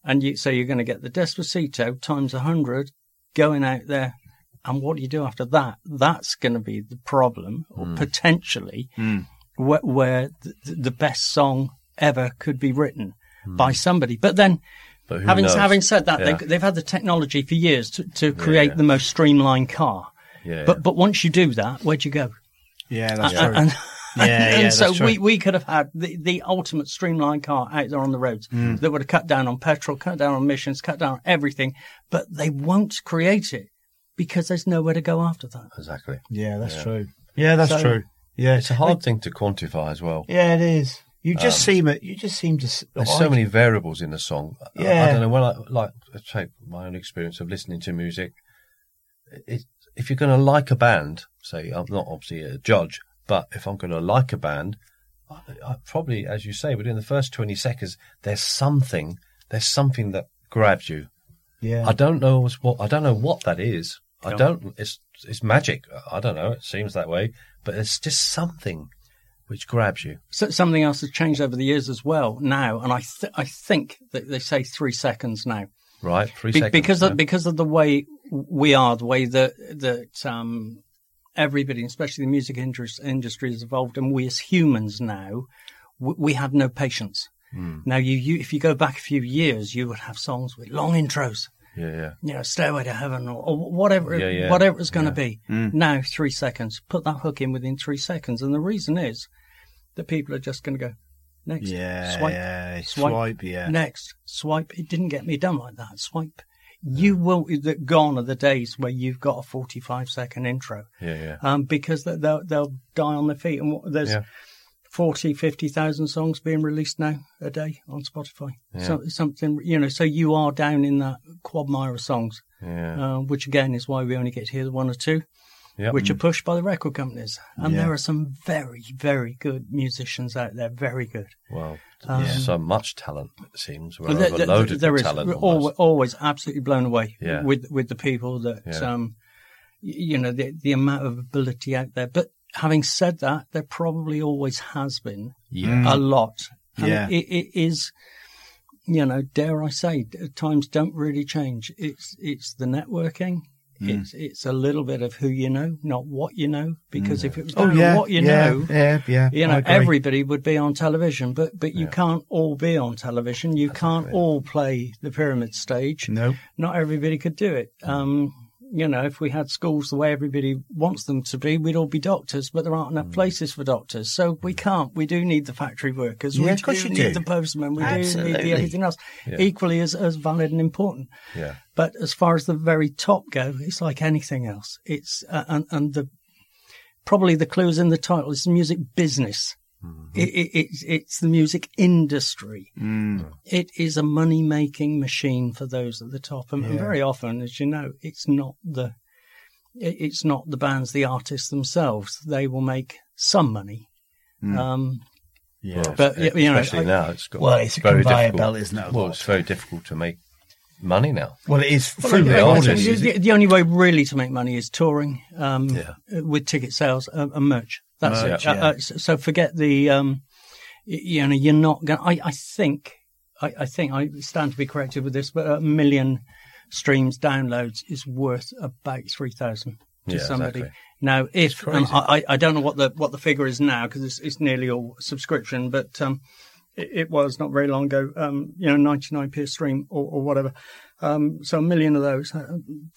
Speaker 3: And you, so you're going to get the Despacito times 100 going out there. And what do you do after that? That's going to be the problem, or potentially where, where the, the best song ever could be written
Speaker 4: Hmm.
Speaker 3: by somebody. But then,
Speaker 1: But who
Speaker 3: having,
Speaker 1: knows?
Speaker 3: having said that,
Speaker 1: Yeah.
Speaker 3: they've, they've had the technology for years to, to create the most streamlined car.
Speaker 1: Yeah,
Speaker 3: But
Speaker 1: yeah.
Speaker 3: but once you do that, where'd you go?
Speaker 4: Yeah, that's
Speaker 3: And- and-
Speaker 4: [LAUGHS] Yeah, yeah,
Speaker 3: and
Speaker 4: that's
Speaker 3: so
Speaker 4: true.
Speaker 3: we, we could have had the, the ultimate streamlined car out there on the roads
Speaker 4: Hmm.
Speaker 3: that would have cut down on petrol, cut down on emissions, cut down on everything, but they won't create it because there's nowhere to go after that.
Speaker 1: exactly.
Speaker 4: Yeah, that's true. Yeah, that's
Speaker 3: So-
Speaker 4: true. Yeah,
Speaker 1: It's a hard thing to quantify as well.
Speaker 4: Yeah, it is. You just seem it. You just seem to. s-
Speaker 1: Um, There's
Speaker 4: I-
Speaker 1: so many variables in a song. I- I,
Speaker 4: Yeah.
Speaker 1: don't know. When I like I take my own experience of listening to music, it, if you're going to like a band, say I'm not obviously a judge, but if I'm going to like a band, I, I probably, as you say, within the first 20 seconds, there's something. There's something that grabs you.
Speaker 4: Yeah.
Speaker 1: I don't know what's what. I don't know what that is. I don't. It's it's magic. I don't know. It seems that way, but it's just something which grabs you.
Speaker 3: So, something else has changed over the years as well now, and I, th- I think that they say three seconds now.
Speaker 1: Right, three
Speaker 3: Be-
Speaker 1: seconds
Speaker 3: because
Speaker 1: no?
Speaker 3: of, because of the way we are, the way that that um, everybody, especially the music indus- industry, has evolved, and we as humans now, we, we have no patience.
Speaker 1: Hmm.
Speaker 3: Now, you, you if you go back a few years, you would have songs with long intros,
Speaker 1: yeah, yeah.
Speaker 3: you know, "Stairway to Heaven" or, or whatever,
Speaker 1: Yeah, yeah. Mm.
Speaker 3: whatever it's going to be. Now, three seconds. Put that hook in within three seconds, and the reason is that people are just going to go next,
Speaker 4: Yeah,
Speaker 3: swipe,
Speaker 4: yeah,
Speaker 3: swipe,
Speaker 4: swipe, yeah.
Speaker 3: next, swipe. It didn't get me done like that. Swipe. You will. the- Gone are the days where you've got a forty-five second intro,
Speaker 1: Yeah, yeah.
Speaker 3: um, because they- they'll they'll die on their feet. And what, there's
Speaker 1: Yeah.
Speaker 3: forty, fifty thousand 40, 50,000 songs being released now a day on Spotify. So, something you know. So you are down in that quagmire of songs,
Speaker 1: Yeah.
Speaker 3: uh, which again is why we only get to hear the one or two,
Speaker 1: Yep. Mm.
Speaker 3: which are pushed by the record companies. And there are some very, very good musicians out there. Very good.
Speaker 1: Well, there's so much talent, it seems. We're
Speaker 3: Um, Well, there- there-
Speaker 1: overloaded
Speaker 3: there
Speaker 1: with
Speaker 3: is.
Speaker 1: talent.
Speaker 3: We're alwa-
Speaker 1: almost.
Speaker 3: always, absolutely blown away
Speaker 1: Yeah.
Speaker 3: with with the people that
Speaker 1: Yeah.
Speaker 3: um, y- you know the the amount of ability out there. But having said that, there probably always has been a
Speaker 1: Mm.
Speaker 3: lot. And
Speaker 4: Mm. Yeah.
Speaker 3: it, it is. You know, dare I say, d- times don't really change. It's it's the networking.
Speaker 4: Mm.
Speaker 3: It's it's a little bit of who you know, not what you know. Because if it was down to what you
Speaker 4: Mm. Oh, yeah,
Speaker 3: know,
Speaker 4: Yeah, yeah.
Speaker 3: you
Speaker 4: I
Speaker 3: know,
Speaker 4: agree.
Speaker 3: everybody would be on television, but but you can't all be on television. You can't all play the pyramid stage.
Speaker 4: No.
Speaker 3: Not everybody could do it.
Speaker 4: Mm.
Speaker 3: Um, you know, if we had schools the way everybody wants them to be, we'd all be doctors, but there aren't enough
Speaker 4: Mm.
Speaker 3: places for doctors. So we can't. We do need the factory workers.
Speaker 4: Yeah,
Speaker 3: we
Speaker 4: of course
Speaker 3: do
Speaker 4: you do.
Speaker 3: need the postman. We do need
Speaker 4: Absolutely.
Speaker 3: the everything else. Equally as, as valid and important.
Speaker 1: Yeah.
Speaker 3: But as far as the very top go, it's like anything else. It's uh, and and the probably the clue is in the title. It's the music business.
Speaker 4: Mm-hmm.
Speaker 3: It, it, it's it's the music industry.
Speaker 1: Mm.
Speaker 3: It is a money making machine for those at the top, and, and very often, as you know, it's not the it, it's not the bands, the artists themselves. They will make some money.
Speaker 1: Hmm.
Speaker 3: Um,
Speaker 1: Yeah.
Speaker 3: But,
Speaker 1: It's-
Speaker 3: you know,
Speaker 1: especially
Speaker 3: I-
Speaker 1: now, it's got
Speaker 4: Well, it's a
Speaker 1: very
Speaker 4: conveyor
Speaker 1: difficult.
Speaker 4: belt, isn't it, a
Speaker 1: Well,
Speaker 4: lot?
Speaker 1: it's very difficult to make money now.
Speaker 2: Well, it is
Speaker 1: through
Speaker 2: yeah,
Speaker 1: the
Speaker 2: well,
Speaker 1: old
Speaker 2: it's-
Speaker 1: days.
Speaker 3: The, the- the only way really to make money is touring um,
Speaker 1: Yeah.
Speaker 3: uh, with ticket sales and, and merch. That's
Speaker 1: Merch,
Speaker 3: it. Uh,
Speaker 4: yeah.
Speaker 3: uh, so, so forget the, um, y- you know, you're not going to, I I think, I, I think, I stand to be corrected with this, but a million streams downloads is worth about 3,000 to
Speaker 1: Yeah,
Speaker 3: somebody.
Speaker 1: exactly.
Speaker 3: Now, if, and
Speaker 1: crazy.
Speaker 3: I, I- I don't know what the, what the figure is now because it's, it's nearly all subscription, but, um, it, it was not very long ago, um, you know, 99p a stream or, or whatever. Um, so a million of those, uh,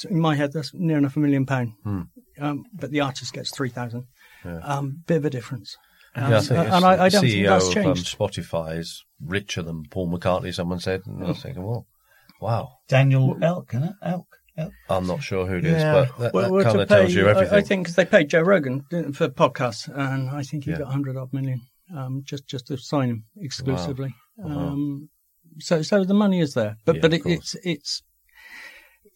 Speaker 3: in my head, that's near enough a million pound.
Speaker 1: Hmm.
Speaker 3: Um, but the artist gets 3,000. Um, bit of a difference. Um,
Speaker 1: Yeah, I think
Speaker 3: and I, I don't
Speaker 1: CEO
Speaker 3: think that's
Speaker 1: of um,
Speaker 3: changed.
Speaker 1: Spotify is richer than Paul McCartney. Someone said, and I
Speaker 3: Hmm.
Speaker 1: was thinking, well, wow,
Speaker 2: Daniel Elk, isn't it? Elk. Elk.
Speaker 1: I'm not sure who it is,
Speaker 2: Yeah.
Speaker 1: but that,
Speaker 3: Well, we're
Speaker 1: that kind
Speaker 3: to
Speaker 1: of tells
Speaker 3: pay-
Speaker 1: you
Speaker 3: I-
Speaker 1: everything.
Speaker 3: I, think 'cause they paid Joe Rogan didn't they, for podcasts, and I think he
Speaker 1: Yeah.
Speaker 3: got 100 odd million um, just, just to sign him exclusively.
Speaker 1: Wow.
Speaker 3: Um, so, so the money is there, but,
Speaker 1: Yeah,
Speaker 3: but
Speaker 1: of
Speaker 3: it,
Speaker 1: course.
Speaker 3: it's, it's,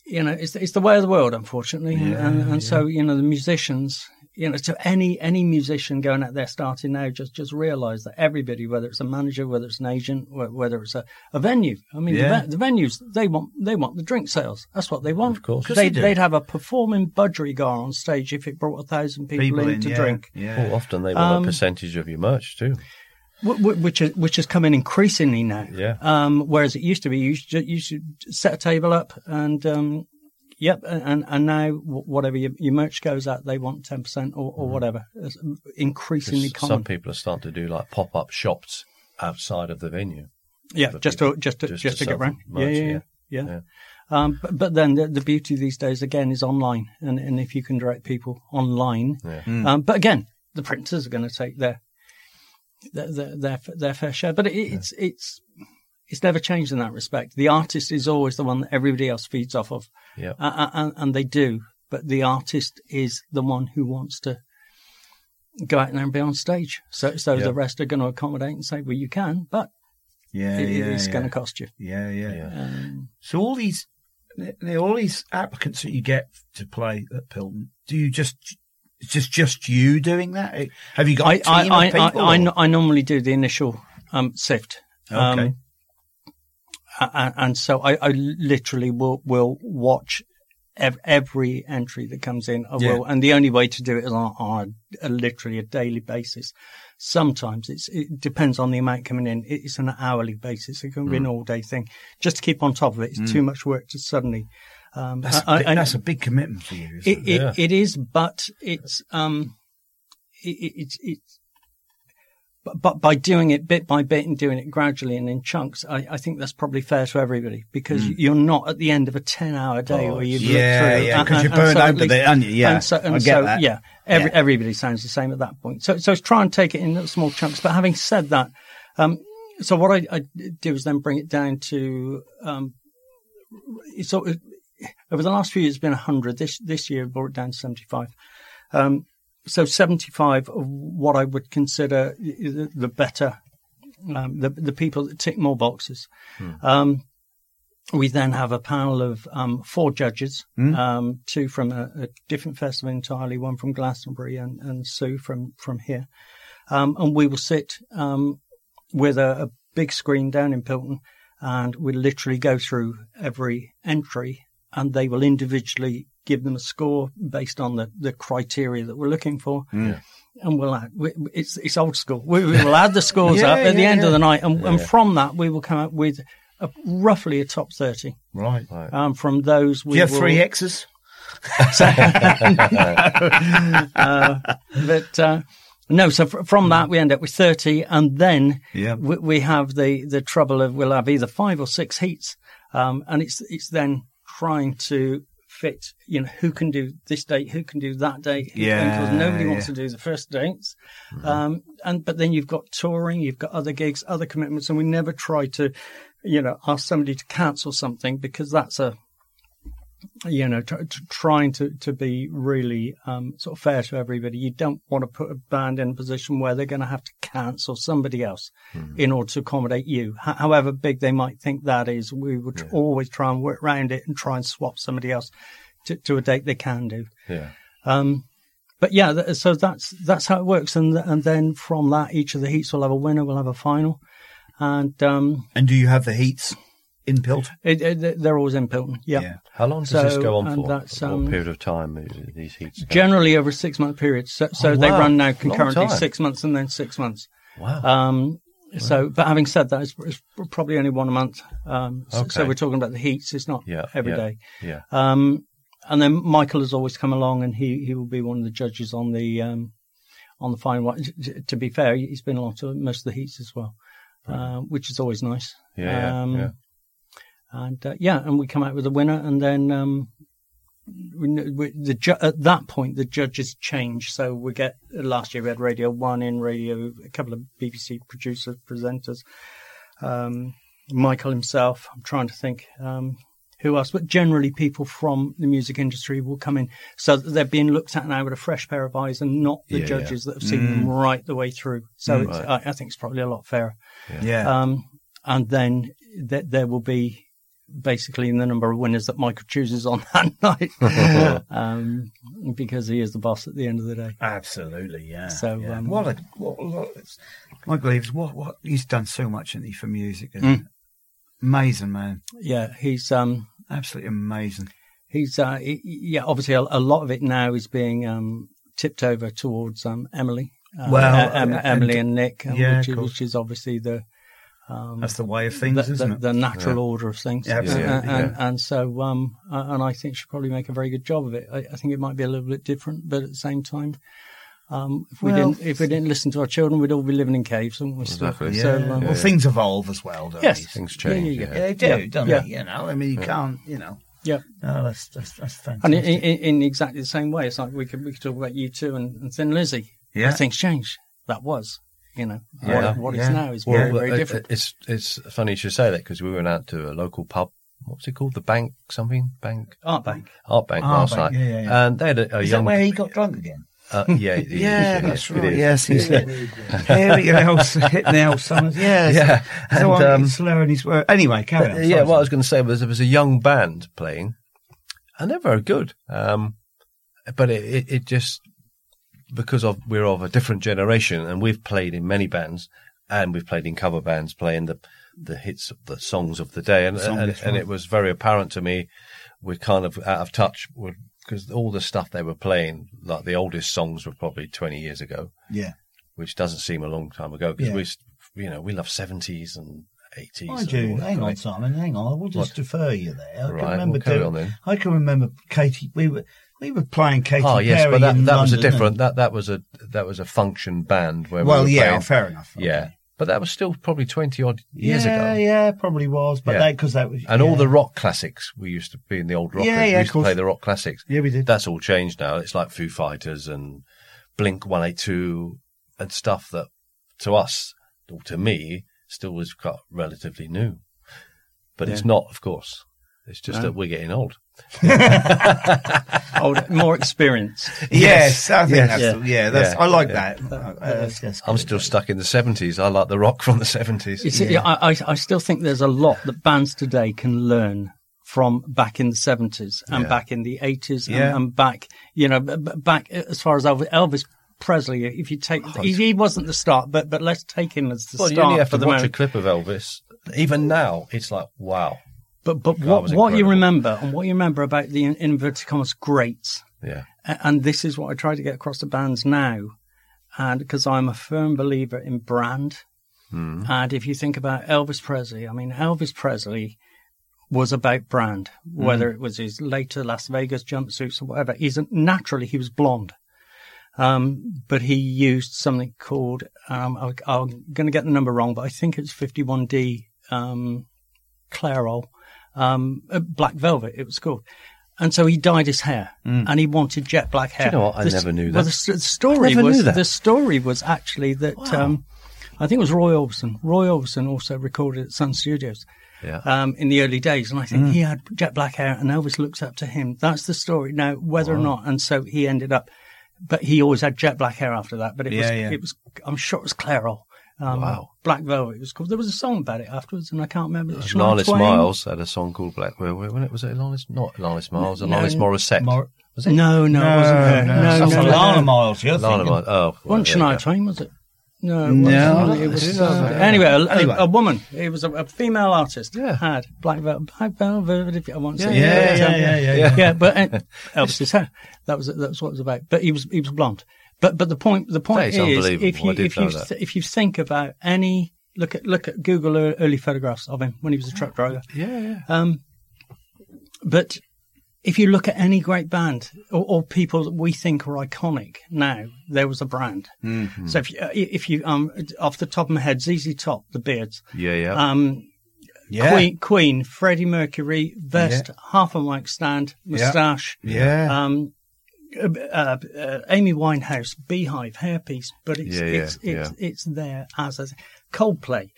Speaker 3: you know, it's, it's the way of the world, unfortunately. and and, and so, you know, the musicians, you know, so any, any musician going out there starting now, just, just realize that everybody, whether it's a manager, whether it's an agent, whe- whether it's a, a venue, I mean,
Speaker 4: Yeah.
Speaker 3: the, ve- the venues, they want, they want the drink sales. That's what they want.
Speaker 1: Of course.
Speaker 3: 'Cause
Speaker 4: they
Speaker 3: They'd,
Speaker 4: do.
Speaker 3: they'd have a performing budgerigar on stage if it brought a thousand people, in, to
Speaker 4: yeah,
Speaker 3: drink,
Speaker 1: Well,
Speaker 4: Yeah.
Speaker 1: often they want
Speaker 3: Um,
Speaker 1: a percentage of your merch too.
Speaker 3: wh- wh- which is, which has come in increasingly now.
Speaker 1: Yeah.
Speaker 3: Um, whereas it used to be, you should, you should set a table up and, um, yep, and and now wh- whatever your, your merch goes out, they want ten percent or, or whatever. It's increasingly
Speaker 1: 'Cause Some
Speaker 3: common.
Speaker 1: people are starting to do like pop up shops outside of the venue.
Speaker 3: yeah, just to just to
Speaker 1: just
Speaker 3: just,
Speaker 1: to
Speaker 3: to
Speaker 1: sell
Speaker 3: get round.
Speaker 1: merch,
Speaker 3: yeah,
Speaker 1: yeah.
Speaker 3: yeah. yeah. yeah. Um, but, but then the, the beauty these days again is online, and, and if you can direct people online,
Speaker 1: Yeah.
Speaker 3: um, but again, the printers are going to take their their their, their, their fair share. But it, it's it's it's never changed in that respect. The artist is always the one that everybody else feeds off of,
Speaker 1: Yeah.
Speaker 3: uh, uh, and, and they do. But the artist is the one who wants to go out there and be on stage. So so
Speaker 1: Yeah.
Speaker 3: the rest are going to accommodate and say, well, you can, but
Speaker 4: Yeah,
Speaker 3: it,
Speaker 4: yeah,
Speaker 3: it's
Speaker 4: yeah.
Speaker 3: going to cost you.
Speaker 4: yeah, yeah,
Speaker 1: Yeah.
Speaker 3: Um,
Speaker 4: So all these, all these applicants that you get to play at Pilton, do you just, it's just just you doing that? Have you got a
Speaker 3: I,
Speaker 4: team
Speaker 3: I, I,
Speaker 4: of people?
Speaker 3: I, I,
Speaker 4: or-
Speaker 3: no- I normally do the initial um, sift. Um,
Speaker 4: Okay.
Speaker 3: a- a- and so I, I literally will will watch ev- every entry that comes in. I
Speaker 4: Yeah.
Speaker 3: will, and the only way to do it is on, on a, a literally a daily basis. Sometimes it's it depends on the amount coming in. It- It's an hourly basis. It can be an
Speaker 4: Mm.
Speaker 3: all day thing. Just to keep on top of it, it's too much work to suddenly. Um,
Speaker 4: That's, a
Speaker 3: I-
Speaker 4: big,
Speaker 3: I-
Speaker 4: that's a big commitment for you. Isn't it,
Speaker 3: it, it,
Speaker 1: Yeah.
Speaker 3: it is, but it's um, it, it, it's it's. But, but by doing it bit by bit and doing it gradually and in chunks, I, I think that's probably fair to everybody because you're not at the end of a ten-hour day
Speaker 1: Oh,
Speaker 3: where you've
Speaker 4: Hmm. yeah,
Speaker 3: looked through.
Speaker 4: yeah,
Speaker 3: and-
Speaker 4: 'cause
Speaker 3: and-
Speaker 4: you're
Speaker 3: and
Speaker 4: burned
Speaker 3: so at
Speaker 4: out with
Speaker 3: least-
Speaker 4: it, aren't you? Yeah,
Speaker 3: and so, and
Speaker 4: I get
Speaker 3: so,
Speaker 4: that.
Speaker 3: Yeah, every,
Speaker 4: Yeah.
Speaker 3: everybody sounds the same at that point. So, so try and take it in little small chunks. But having said that, um, so what I, I do is then bring it down to um, it's sort of- over the last few years it's been hundred. This this year I brought it down to seventy five. Um, so seventy five of what I would consider the, the better, um, the the people that tick more boxes. Um, we then have a panel of um, four judges,
Speaker 4: Hmm.
Speaker 3: um, two from a, a different festival entirely, one from Glastonbury and, and Sue from, from here. Um, and we will sit um, with a, a big screen down in Pilton and we literally go through every entry and they will individually give them a score based on the, the criteria that we're looking for.
Speaker 4: Hmm.
Speaker 3: And we'll add, we, it's, it's old school. We, we
Speaker 4: [LAUGHS]
Speaker 3: will add the scores
Speaker 4: Yeah,
Speaker 3: up at the
Speaker 4: yeah,
Speaker 3: end
Speaker 4: yeah.
Speaker 3: of the night and, and from that we will come up with a, roughly a top 30
Speaker 4: right.
Speaker 1: Right.
Speaker 3: um, from those we
Speaker 4: Do you have
Speaker 3: will,
Speaker 4: three X's?
Speaker 3: but uh, no so fr- from that we end up with 30 and then
Speaker 4: Yeah.
Speaker 3: we, we have the the trouble of we'll have either five or six heats um, and it's it's then trying to fit you know who can do this date who can do that date who can- 'cause
Speaker 4: Yeah,
Speaker 3: nobody wants
Speaker 4: yeah. Mm-hmm.
Speaker 3: to do the first dates um, and but then you've got touring you've got other gigs other commitments and we never try to you know ask somebody to cancel something because that's a you know, tr- tr- trying to, to be really um, sort of fair to everybody. You don't want to put a band in a position where they're going to have to cancel somebody else
Speaker 4: Mm-hmm.
Speaker 3: in order to accommodate you. H- however big they might think that is, we would always try and work around it and try and swap somebody else to, to a date they can do.
Speaker 1: Yeah.
Speaker 3: Um, but yeah, th- so that's that's how it works. And th- and then from that, each of the heats will have a winner, we'll have a final, and um,
Speaker 4: And do you have the heats in Pilton?
Speaker 3: It, it, they're always in Pilton. Yeah.
Speaker 4: Yeah.
Speaker 1: How long does this
Speaker 3: So,
Speaker 1: go on
Speaker 3: and
Speaker 1: for?
Speaker 3: that's,
Speaker 1: What
Speaker 3: um,
Speaker 1: period of time is- these heats? go?
Speaker 3: Generally over a six month period. So, so
Speaker 1: Oh,
Speaker 3: they
Speaker 1: wow.
Speaker 3: run now
Speaker 1: Long
Speaker 3: concurrently
Speaker 1: time.
Speaker 3: six months and then six months.
Speaker 1: wow.
Speaker 3: Um, so, but having said that, it's, it's probably only one a month. Um, so, so
Speaker 1: Okay.
Speaker 3: we're talking about the heats. It's not
Speaker 1: Yeah,
Speaker 3: every
Speaker 1: yeah.
Speaker 3: day.
Speaker 1: yeah.
Speaker 3: Um, and then Michael has always come along, and he, he will be one of the judges on the um, on the fine wine. T- To be fair, he's been along to most of the heats as well, uh, which is always nice.
Speaker 1: Yeah, yeah, yeah.
Speaker 3: Um, And uh, yeah, and we come out with a winner, and then um, we, kn- we, the ju- at that point the judges change. So we get last year we had Radio One in radio, a couple of BBC producers, presenters, um, Michael himself. I'm trying to think. Um, who else? But generally, people from the music industry will come in, so that they're being looked at now with a fresh pair of eyes, and not the
Speaker 1: Yeah, Mm.
Speaker 3: judges that have seen them right the way through. So it's, I, I think it's probably a lot fairer.
Speaker 4: Yeah.
Speaker 3: Um, and then th- there will be basically the number of winners that Michael chooses on [LAUGHS] that
Speaker 4: [LAUGHS]
Speaker 3: night, um, because he is the boss at the end of the day.
Speaker 4: Absolutely, yeah.
Speaker 3: So,
Speaker 4: yeah.
Speaker 3: um,
Speaker 4: what a what, what it's- Michael Eaves, what what he's done so much isn't he, for music. isn't
Speaker 3: Mm.
Speaker 4: he? Amazing man,
Speaker 3: Yeah, he's um,
Speaker 4: absolutely amazing.
Speaker 3: he's uh, he- he- yeah. Obviously, a, a lot of it now is being um, tipped over towards um, Emily. Um,
Speaker 4: Well,
Speaker 3: E- Em-
Speaker 4: and-
Speaker 3: Emily and Nick, um,
Speaker 4: yeah,
Speaker 3: which,
Speaker 4: of
Speaker 3: is,
Speaker 4: course.
Speaker 3: which is obviously the Um,
Speaker 4: That's the way of things,
Speaker 3: the,
Speaker 4: isn't
Speaker 3: the,
Speaker 4: it?
Speaker 3: the natural order of things.
Speaker 4: Yeah, absolutely,
Speaker 3: And, and,
Speaker 1: yeah.
Speaker 3: and so, um, uh, and I think she'll probably make a very good job of it. I, I think it might be a little bit different, but at the same time, um, if we
Speaker 4: Well-
Speaker 3: didn't if we didn't listen to our children, we'd all be living in caves, wouldn't we? still?
Speaker 1: Exactly.
Speaker 4: yeah.
Speaker 3: So, um,
Speaker 4: well, things evolve as well, don't
Speaker 3: yes,
Speaker 4: they?
Speaker 1: Things change,
Speaker 3: Yeah, yeah,
Speaker 4: Yeah, they do,
Speaker 3: Yeah.
Speaker 4: don't
Speaker 3: Yeah.
Speaker 4: they? You know, I mean, you can't, you know.
Speaker 3: yeah.
Speaker 4: No, that's that's, that's fantastic.
Speaker 3: And in, in, in exactly the same way, it's like we could we could talk about you two and, and Thin Lizzy.
Speaker 4: Yeah.
Speaker 3: things change. That was, you know,
Speaker 1: Yeah.
Speaker 3: what, what is
Speaker 4: Yeah. uh,
Speaker 3: now is
Speaker 1: Well,
Speaker 3: very very
Speaker 1: it-
Speaker 3: different.
Speaker 1: It's it's funny you should say that because we went out to a local pub. What's it called? The Bank something Bank
Speaker 3: Art Bank.
Speaker 1: Art Bank
Speaker 4: Art
Speaker 1: last
Speaker 4: Bank,
Speaker 1: night,
Speaker 4: yeah, yeah, yeah.
Speaker 1: and they had a, a
Speaker 4: Is
Speaker 1: young
Speaker 4: that where he got drunk again?
Speaker 1: uh, [LAUGHS] yeah it is, it is, it is.
Speaker 4: Yes, he's
Speaker 2: Here we go,
Speaker 1: [LAUGHS]
Speaker 2: hitting the old summers.
Speaker 4: yes.
Speaker 1: uh, yeah
Speaker 2: And,
Speaker 1: and um, uh,
Speaker 2: slurring his word. Anyway, carry on.
Speaker 1: yeah
Speaker 2: sorry,
Speaker 1: what I was going to say was there was a young band playing and they're very good um, but it, it, it just because of we're of a different generation and we've played in many bands and we've played in cover bands playing the the hits the songs of the day and
Speaker 4: Songs,
Speaker 1: and,
Speaker 4: that's
Speaker 1: and
Speaker 4: right.
Speaker 1: it was very apparent to me we're kind of out of touch because all the stuff they were playing like the oldest songs were probably 20 years ago
Speaker 4: Yeah.
Speaker 1: which doesn't seem a long time ago because
Speaker 4: Yeah.
Speaker 1: we we you know we love 70s and 80s and
Speaker 4: Mind you,
Speaker 1: all that
Speaker 4: hang
Speaker 1: kind
Speaker 4: on,
Speaker 1: of-
Speaker 4: Simon, hang on. I will just defer you there. I can
Speaker 1: Right, well,
Speaker 4: remember
Speaker 1: carry
Speaker 4: doing-
Speaker 1: on then.
Speaker 4: I can remember Katie. We were we were playing Katie.
Speaker 1: Oh yes,
Speaker 4: Perry
Speaker 1: but that,
Speaker 4: in
Speaker 1: that was
Speaker 4: London,
Speaker 1: a
Speaker 4: and-
Speaker 1: different that that was a that was a function band where
Speaker 4: Well,
Speaker 1: we were
Speaker 4: yeah,
Speaker 1: playing-
Speaker 4: fair enough. okay.
Speaker 1: yeah, but that was still probably twenty odd years
Speaker 4: yeah,
Speaker 1: ago,
Speaker 4: yeah, probably was, but
Speaker 1: Yeah.
Speaker 4: that because that was
Speaker 1: and all
Speaker 4: yeah.
Speaker 1: the rock classics we used to be in the old rock.
Speaker 4: Yeah,
Speaker 1: we
Speaker 4: yeah,
Speaker 1: used
Speaker 4: of
Speaker 1: to play
Speaker 4: course.
Speaker 1: the rock classics.
Speaker 4: yeah we did.
Speaker 1: That's all changed now. It's like Foo Fighters and Blink One Eight Two and stuff that to us or to me still was quite relatively new, but it's not, of course. It's just that we're getting old.
Speaker 3: Older, more experienced.
Speaker 4: Yes, I think
Speaker 1: Yes.
Speaker 4: that's
Speaker 3: Yeah.
Speaker 4: yeah. that's
Speaker 1: Yeah.
Speaker 4: I like
Speaker 1: Yeah.
Speaker 4: that. Uh, that's- that's
Speaker 1: I'm
Speaker 4: good.
Speaker 1: still stuck in the seventies. I like the rock from the seventies.
Speaker 3: You see, I, I, I still think there's a lot that bands today can learn from back in the 70s and
Speaker 1: Yeah.
Speaker 3: back in the 80s and,
Speaker 4: Yeah.
Speaker 3: and back, you know, b- b- back uh, as far as Elvis, Elvis Presley. If you take, he, he wasn't the start, but but let's take him as the
Speaker 1: Oh, Well,
Speaker 3: start
Speaker 1: you only have
Speaker 3: for
Speaker 1: to
Speaker 3: the
Speaker 1: watch a
Speaker 3: moment.
Speaker 1: clip of Elvis. Even now, it's like wow.
Speaker 3: but but
Speaker 1: God,
Speaker 3: what,
Speaker 1: was
Speaker 3: what you
Speaker 1: incredible.
Speaker 3: remember and what you remember about the in- inverted commas greats
Speaker 1: Yeah,
Speaker 3: A- and this is what I try to get across to bands now, and because I'm a firm believer in brand.
Speaker 1: Hmm.
Speaker 3: And if you think about Elvis Presley, I mean, Elvis Presley was about brand,
Speaker 1: Hmm.
Speaker 3: whether it was his later Las Vegas jumpsuits or whatever. He's a, naturally he was blonde, um, but he used something called um, I, I'm going to get the number wrong, but I think it's 51D um, Clairol, um, uh, black velvet. It was called. And so he dyed his hair, and he wanted jet black hair.
Speaker 1: Hmm. know what? I
Speaker 3: The s-
Speaker 1: never knew that.
Speaker 3: Well, the, s- the story
Speaker 1: never knew
Speaker 3: was
Speaker 1: that.
Speaker 3: the story was actually that um, I think it was Roy Orbison. Roy Orbison also recorded at Sun Studios
Speaker 1: yeah.
Speaker 3: um, in the early days, and I
Speaker 1: Mm.
Speaker 3: think he had jet black hair, and Elvis looked up to him. That's the story. Now, whether or not, and so he ended up, but he always had jet black hair after that. But it was,
Speaker 4: Yeah, yeah.
Speaker 3: it was, I'm sure it was Clairol. Um,
Speaker 1: Wow.
Speaker 3: Black Velvet. It was called. There was a song about it afterwards, and I can't remember. It was Shania
Speaker 1: Lionel
Speaker 3: Twain?
Speaker 1: Miles had a song called Black Velvet. When it was it, Lionel not Lionel Miles, and Lionel Morissette.
Speaker 4: Mor-
Speaker 1: was it?
Speaker 3: Oh, No, no, it wasn't her. No, no,
Speaker 4: That's
Speaker 3: no.
Speaker 4: Lana Miles. You're
Speaker 1: Lionel
Speaker 4: thinking.
Speaker 1: Miles. Oh, well,
Speaker 3: Wasn't
Speaker 1: there you
Speaker 3: Shania
Speaker 1: go.
Speaker 3: Twain, was it? No, it
Speaker 4: No,
Speaker 3: wasn't. It
Speaker 4: I
Speaker 3: was,
Speaker 4: didn't
Speaker 3: uh,
Speaker 4: know that.
Speaker 3: anyway, a, a-
Speaker 4: Anyway.
Speaker 3: a woman. It was a, a female artist.
Speaker 1: Yeah.
Speaker 3: Had black velvet. Black velvet. If I want to say.
Speaker 4: yeah, yeah, yeah, yeah, yeah.
Speaker 3: yeah, but uh, Elvis's hair. That was that was what it was about. But he was he was blonde. But but the point the point
Speaker 1: That is
Speaker 3: is
Speaker 1: unbelievable.
Speaker 3: if you
Speaker 1: I did
Speaker 3: if you
Speaker 1: know that.
Speaker 3: th- if you think about any look at look at Google ear- early photographs of him when he was a truck driver.
Speaker 1: Yeah, yeah.
Speaker 3: Um, but if you look at any great band or, or people that we think are iconic now, there was a brand. So if you, uh, if you um off the top of my head, ZZ Top, the Beards,
Speaker 1: Yeah, yeah.
Speaker 3: um,
Speaker 4: Yeah.
Speaker 3: Queen, Queen, Freddie Mercury, vest, half a mic stand, moustache,
Speaker 4: Yeah.
Speaker 3: [LAUGHS] um, uh, uh, uh, Amy Winehouse, Beehive, hairpiece, but it's
Speaker 1: Yeah, yeah,
Speaker 3: it's it's, it's there as a Coldplay.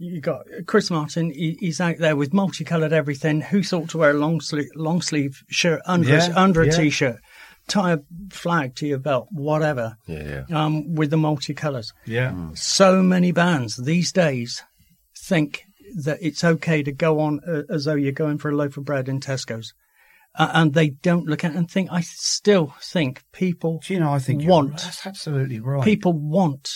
Speaker 3: You got Chris Martin. He, he's out there with multicolored everything. Who thought to wear a long sleeve long sleeve shirt under
Speaker 4: Yeah,
Speaker 3: a, under a
Speaker 4: yeah.
Speaker 3: shirt, tie a flag to your belt, whatever,
Speaker 1: yeah, yeah.
Speaker 3: um, with the multicolors
Speaker 4: yeah.
Speaker 3: so many bands these days think that it's okay to go on uh, as though you're going for a loaf of bread in Tesco's. Uh, and they don't look at it and think, I still think people,
Speaker 4: Do you know, I think you're
Speaker 3: Want.
Speaker 4: right. That's absolutely right.
Speaker 3: people want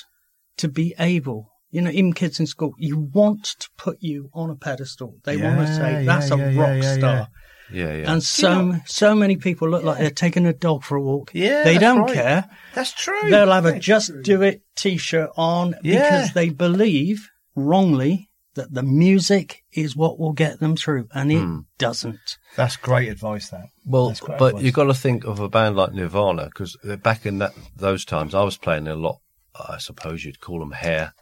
Speaker 3: to be able, you know, even kids in school, you want to put you on a pedestal. They want to
Speaker 4: Yeah,
Speaker 3: say, that's
Speaker 4: yeah,
Speaker 3: a
Speaker 4: yeah, yeah,
Speaker 3: rock
Speaker 4: yeah,
Speaker 3: star.
Speaker 4: yeah.
Speaker 1: Yeah, yeah.
Speaker 3: And so, so many people look like they're taking a dog for a walk.
Speaker 4: Yeah,
Speaker 3: They
Speaker 4: that's
Speaker 3: don't
Speaker 4: right.
Speaker 3: care.
Speaker 4: That's true.
Speaker 3: They'll have a just do it t shirt on
Speaker 4: Yeah.
Speaker 3: because they believe wrongly that the music is what will get them through, and it
Speaker 1: Hmm.
Speaker 3: doesn't.
Speaker 4: That's great advice. That
Speaker 1: Well,
Speaker 4: That's great
Speaker 1: but
Speaker 4: advice.
Speaker 1: you've got to think of a band like Nirvana because back in that those times, I was playing a lot. I suppose you'd call them hair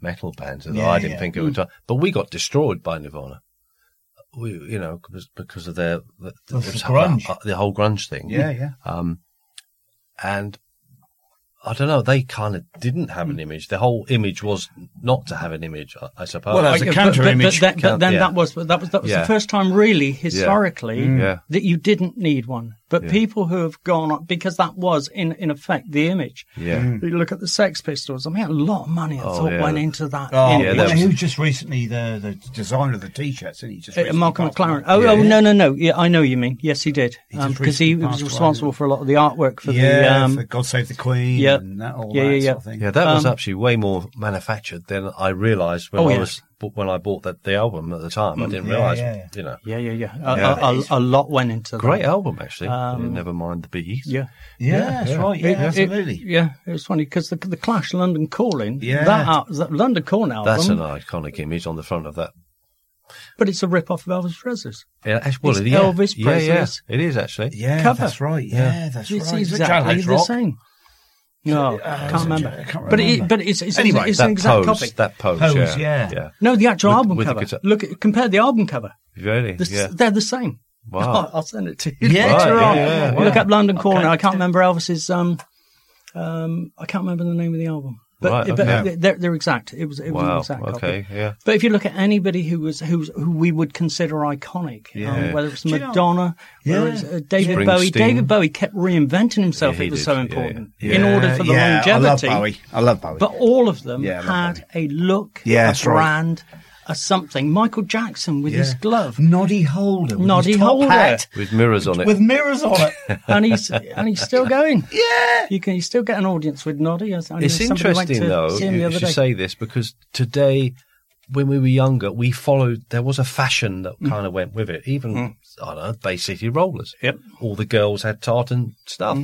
Speaker 1: metal bands that
Speaker 4: Yeah,
Speaker 1: I didn't
Speaker 4: yeah. Hmm.
Speaker 1: think at the time. But we got destroyed by Nirvana. We, you know, 'cause- because of their the, uh,
Speaker 4: Of the grunge.
Speaker 1: the whole grunge thing.
Speaker 4: Yeah, yeah.
Speaker 1: Um, and I don't know. They kind of didn't have
Speaker 4: Hmm.
Speaker 1: an image. The whole image was not to have an image. I, I suppose.
Speaker 4: Well, that's As a
Speaker 3: Uh, But-
Speaker 4: counter
Speaker 3: but, but
Speaker 4: image,
Speaker 3: then, but
Speaker 1: counter-
Speaker 3: then
Speaker 1: yeah.
Speaker 3: that was that was that was
Speaker 1: Yeah.
Speaker 3: the first time, really, historically,
Speaker 4: Hmm.
Speaker 1: Yeah.
Speaker 3: that you didn't need one. But
Speaker 1: Yeah.
Speaker 3: people who have gone on because that was in in effect the image.
Speaker 1: yeah,
Speaker 4: Hmm.
Speaker 3: You look at the Sex Pistols. I mean, a lot of money I
Speaker 1: Oh,
Speaker 3: thought
Speaker 1: yeah.
Speaker 3: went into that.
Speaker 4: Oh,
Speaker 3: image.
Speaker 1: Yeah, that was-
Speaker 4: who just recently the the designer of the t-shirts? And he just
Speaker 3: Uh,
Speaker 4: recently
Speaker 3: Malcolm
Speaker 4: passed away.
Speaker 3: McLaren. Oh,
Speaker 1: Yeah.
Speaker 3: oh no, no, no. Yeah, I know you mean. Yes, he did
Speaker 4: just
Speaker 3: because
Speaker 4: recently
Speaker 3: he, was
Speaker 4: passed away,
Speaker 3: responsible for a lot of the artwork for the
Speaker 4: yeah,
Speaker 3: um,
Speaker 4: for God Save the Queen
Speaker 3: yeah.
Speaker 4: and that all
Speaker 3: Yeah,
Speaker 4: that
Speaker 3: yeah,
Speaker 4: sort
Speaker 3: yeah.
Speaker 4: of thing.
Speaker 1: Yeah, that was
Speaker 3: Um,
Speaker 1: actually way more manufactured than I realised when
Speaker 3: Oh,
Speaker 1: I
Speaker 3: yeah. Mm,
Speaker 1: was bu- when I bought that the album at the time. I didn't
Speaker 4: yeah,
Speaker 1: realise,
Speaker 4: yeah, yeah.
Speaker 1: you know,
Speaker 3: Yeah, yeah, yeah. A,
Speaker 1: Yeah.
Speaker 3: a- a- a lot went into that.
Speaker 1: great album actually.
Speaker 3: Um,
Speaker 1: Never mind the Beatles.
Speaker 3: Yeah,
Speaker 4: Yeah, that's right. Yeah,
Speaker 3: It- it-
Speaker 4: absolutely.
Speaker 3: yeah, it was funny because the, the Clash, London Calling,
Speaker 4: Yeah.
Speaker 3: that, al- that London Calling album,
Speaker 1: that's an iconic image on the front of that.
Speaker 3: but it's a rip off of Elvis Presley's.
Speaker 1: Yeah, actually, well,
Speaker 3: It's
Speaker 1: yeah.
Speaker 3: Elvis
Speaker 1: yeah, yeah,
Speaker 3: Presley's
Speaker 1: it is actually.
Speaker 4: yeah,
Speaker 3: cover.
Speaker 4: that's right. Yeah, that's
Speaker 3: It's
Speaker 4: right.
Speaker 3: exactly
Speaker 4: Jailhouse
Speaker 3: the
Speaker 4: Rock.
Speaker 3: same. No,
Speaker 4: uh,
Speaker 3: I
Speaker 4: it's
Speaker 3: can't
Speaker 4: a-
Speaker 3: remember.
Speaker 4: I can't
Speaker 3: But it,
Speaker 4: remember.
Speaker 3: but it's it's,
Speaker 4: Anyway,
Speaker 3: it's
Speaker 1: that
Speaker 3: an
Speaker 1: pose,
Speaker 3: exact copy.
Speaker 1: that pose,
Speaker 4: Pose,
Speaker 1: yeah,
Speaker 4: yeah.
Speaker 3: no, the actual
Speaker 1: With-
Speaker 3: album
Speaker 1: with the
Speaker 3: cover.
Speaker 1: guitar-
Speaker 3: Look, at, compare the album cover.
Speaker 1: really,
Speaker 3: The s-
Speaker 1: yeah.
Speaker 3: They're the same.
Speaker 1: Wow,
Speaker 4: [LAUGHS]
Speaker 3: I'll, I'll send it to you.
Speaker 4: Yeah,
Speaker 1: Right,
Speaker 3: later
Speaker 1: yeah,
Speaker 3: on.
Speaker 1: yeah,
Speaker 3: Look
Speaker 4: yeah.
Speaker 3: up London Corner.
Speaker 4: Okay.
Speaker 3: I can't remember Elvis's. Um, um, I can't remember the name of the album, but,
Speaker 1: Right,
Speaker 3: but
Speaker 1: okay.
Speaker 3: they're, they're exact. It was it was an
Speaker 1: wow,
Speaker 3: exact
Speaker 1: okay,
Speaker 3: copy.
Speaker 1: yeah,
Speaker 3: But if you look at anybody who was who was, who we would consider iconic,
Speaker 1: Yeah.
Speaker 3: um, whether it's
Speaker 4: you know-
Speaker 3: Madonna, whether
Speaker 4: Yeah.
Speaker 3: it's uh, David Bowie,
Speaker 1: Springsteen.
Speaker 3: David Bowie kept reinventing himself.
Speaker 1: Yeah, he
Speaker 3: it was
Speaker 1: did.
Speaker 3: so
Speaker 1: Yeah,
Speaker 3: important
Speaker 1: yeah.
Speaker 3: in
Speaker 4: Yeah,
Speaker 3: order for the
Speaker 4: yeah,
Speaker 3: longevity.
Speaker 4: I love Bowie. I love Bowie.
Speaker 3: But all of them
Speaker 4: Yeah, I love
Speaker 3: had a look,
Speaker 4: Yeah,
Speaker 3: a
Speaker 4: that's right.
Speaker 3: brand, a something. Michael Jackson with his glove,
Speaker 4: Noddy Holder, with
Speaker 3: Noddy
Speaker 4: his top
Speaker 3: Holder.
Speaker 4: hat
Speaker 1: with mirrors on it.
Speaker 4: with mirrors on
Speaker 1: [LAUGHS]
Speaker 4: it.
Speaker 3: and he's and he's still going.
Speaker 4: yeah,
Speaker 3: You can you still get an audience with Noddy. I, I know
Speaker 1: it's
Speaker 3: somebody went
Speaker 1: interesting
Speaker 3: to
Speaker 1: though
Speaker 3: see him the
Speaker 1: you
Speaker 3: other
Speaker 1: should
Speaker 3: day.
Speaker 1: say this because today when we were younger we followed there was a fashion
Speaker 3: Mm.
Speaker 1: that kind of went with it even i don't know bay city rollers
Speaker 3: Yep. Mm.
Speaker 1: all the girls had tartan stuff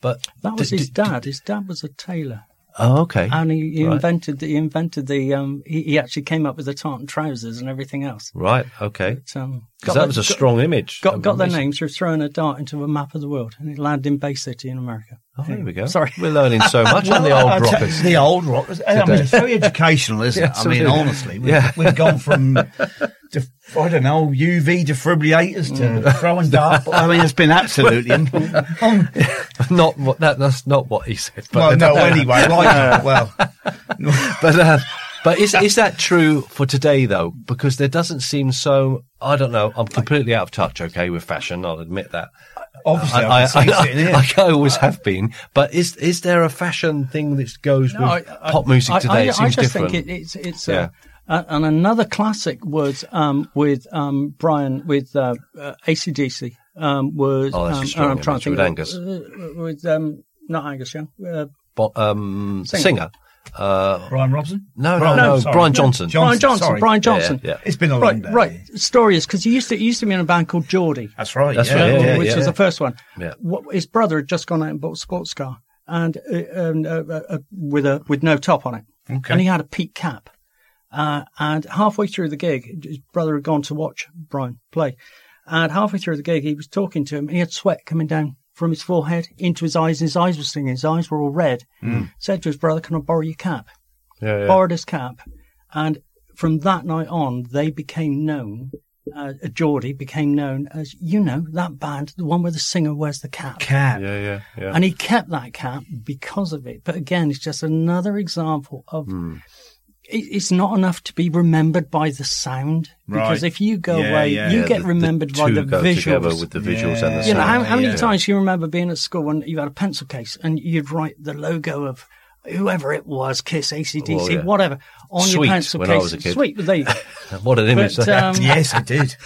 Speaker 1: but
Speaker 3: that was
Speaker 1: d-
Speaker 3: his
Speaker 1: d- d-
Speaker 3: dad. His dad was a tailor,
Speaker 1: oh okay
Speaker 3: and he, he
Speaker 1: Right.
Speaker 3: invented the, he invented the um he, he actually came up with the tartan trousers and everything else.
Speaker 1: right okay
Speaker 3: But, um,
Speaker 1: because that
Speaker 3: got
Speaker 1: was
Speaker 3: the-
Speaker 1: a strong image
Speaker 3: Got, got, got their
Speaker 1: Amazing.
Speaker 3: names through throwing a dart into a map of the world, and it landed in Bay City in America.
Speaker 1: oh there we go
Speaker 3: Sorry.
Speaker 1: we're learning so
Speaker 3: [LAUGHS]
Speaker 1: much on the
Speaker 4: I
Speaker 1: old
Speaker 4: tell-
Speaker 1: rockers
Speaker 4: The old rockers. I mean, it's very educational,
Speaker 1: [LAUGHS]
Speaker 4: isn't it? I mean,
Speaker 1: absolutely.
Speaker 4: honestly, we've,
Speaker 1: Yeah.
Speaker 4: we've gone from, def- I don't know, UV defibrillators to
Speaker 1: Mm.
Speaker 4: throwing darts. I mean, it's been absolutely.
Speaker 1: [LAUGHS]
Speaker 4: um,
Speaker 1: not what that, that's not what he said but
Speaker 4: well, no, anyway, like, well,
Speaker 1: but uh, but is is that true for today though? Because there doesn't seem so. I don't know. I'm completely out of touch. Okay, with fashion, I'll admit that.
Speaker 4: obviously,
Speaker 1: I, I,
Speaker 4: I, can see it
Speaker 1: I, [LAUGHS]
Speaker 4: sitting here.
Speaker 1: like I always have been. But is is there a fashion thing that goes
Speaker 3: No,
Speaker 1: with pop music
Speaker 3: I-
Speaker 1: today?
Speaker 3: I,
Speaker 1: it seems
Speaker 3: I just
Speaker 1: different.
Speaker 3: think it, it's it's
Speaker 1: Yeah.
Speaker 3: uh, uh, and another classic was um, with um, Brian with uh, uh, ACDC um, was
Speaker 1: Oh, that's
Speaker 3: um,
Speaker 1: destroying
Speaker 3: I'm trying to
Speaker 1: image.
Speaker 3: think
Speaker 1: With
Speaker 3: of- uh, with um, not Angus Young uh,
Speaker 1: Bo- um,
Speaker 3: Singer.
Speaker 1: singer. Uh,
Speaker 4: Brian Robson?
Speaker 1: no,
Speaker 2: Brian-
Speaker 1: no, no,
Speaker 2: no, sorry.
Speaker 1: Brian Johnson.
Speaker 3: Brian Johnson.
Speaker 2: sorry.
Speaker 3: Brian Johnson.
Speaker 1: Yeah, yeah.
Speaker 2: It's been a long
Speaker 3: Right,
Speaker 2: day.
Speaker 3: right. Story is because he used to he used to be in a band called Geordie.
Speaker 4: That's right.
Speaker 1: That's
Speaker 4: yeah.
Speaker 1: right, yeah, yeah.
Speaker 3: which was the first one.
Speaker 1: Yeah.
Speaker 3: What, his brother had just gone out and bought a sports car and uh, um, uh, uh, uh, with a with no top on it,
Speaker 4: Okay.
Speaker 3: and he had a peak cap. Uh, and halfway through the gig, his brother had gone to watch Brian play, and halfway through the gig, he was talking to him, and he had sweat coming down from his forehead into his eyes, and his eyes were stinging, his eyes were all red.
Speaker 1: Mm.
Speaker 3: Said to his brother, "Can I borrow your cap?"
Speaker 1: yeah, yeah.
Speaker 3: borrowed his cap, and from that night on, they became known. Uh, Geordie became known as, you know, that band, the one where the singer wears the cap.
Speaker 4: Cap.
Speaker 1: Yeah, yeah, yeah.
Speaker 3: And he kept that cap because of it. But again, it's just another example of
Speaker 1: Hmm.
Speaker 3: it, it's not enough to be remembered by the sound.
Speaker 4: Right.
Speaker 3: Because if you go
Speaker 4: Yeah,
Speaker 3: away,
Speaker 4: yeah.
Speaker 3: you
Speaker 1: Yeah,
Speaker 3: get
Speaker 1: the-
Speaker 3: remembered
Speaker 1: the
Speaker 3: by
Speaker 1: two
Speaker 3: the
Speaker 1: go together
Speaker 3: visuals.
Speaker 1: with the visuals and the
Speaker 4: Yeah.
Speaker 3: you know, how,
Speaker 1: sound.
Speaker 3: how many
Speaker 4: Yeah.
Speaker 3: times do you remember being at school and you had a pencil case and you'd write the logo of whoever it was, Kiss, ACDC,
Speaker 1: Well, yeah.
Speaker 3: whatever, on
Speaker 1: Sweet,
Speaker 3: your pencil
Speaker 1: when I
Speaker 3: case.
Speaker 1: was a kid.
Speaker 3: Sweet, but they,
Speaker 1: [LAUGHS] What an image!
Speaker 3: but,
Speaker 1: that-
Speaker 3: um,
Speaker 4: Yes, I did.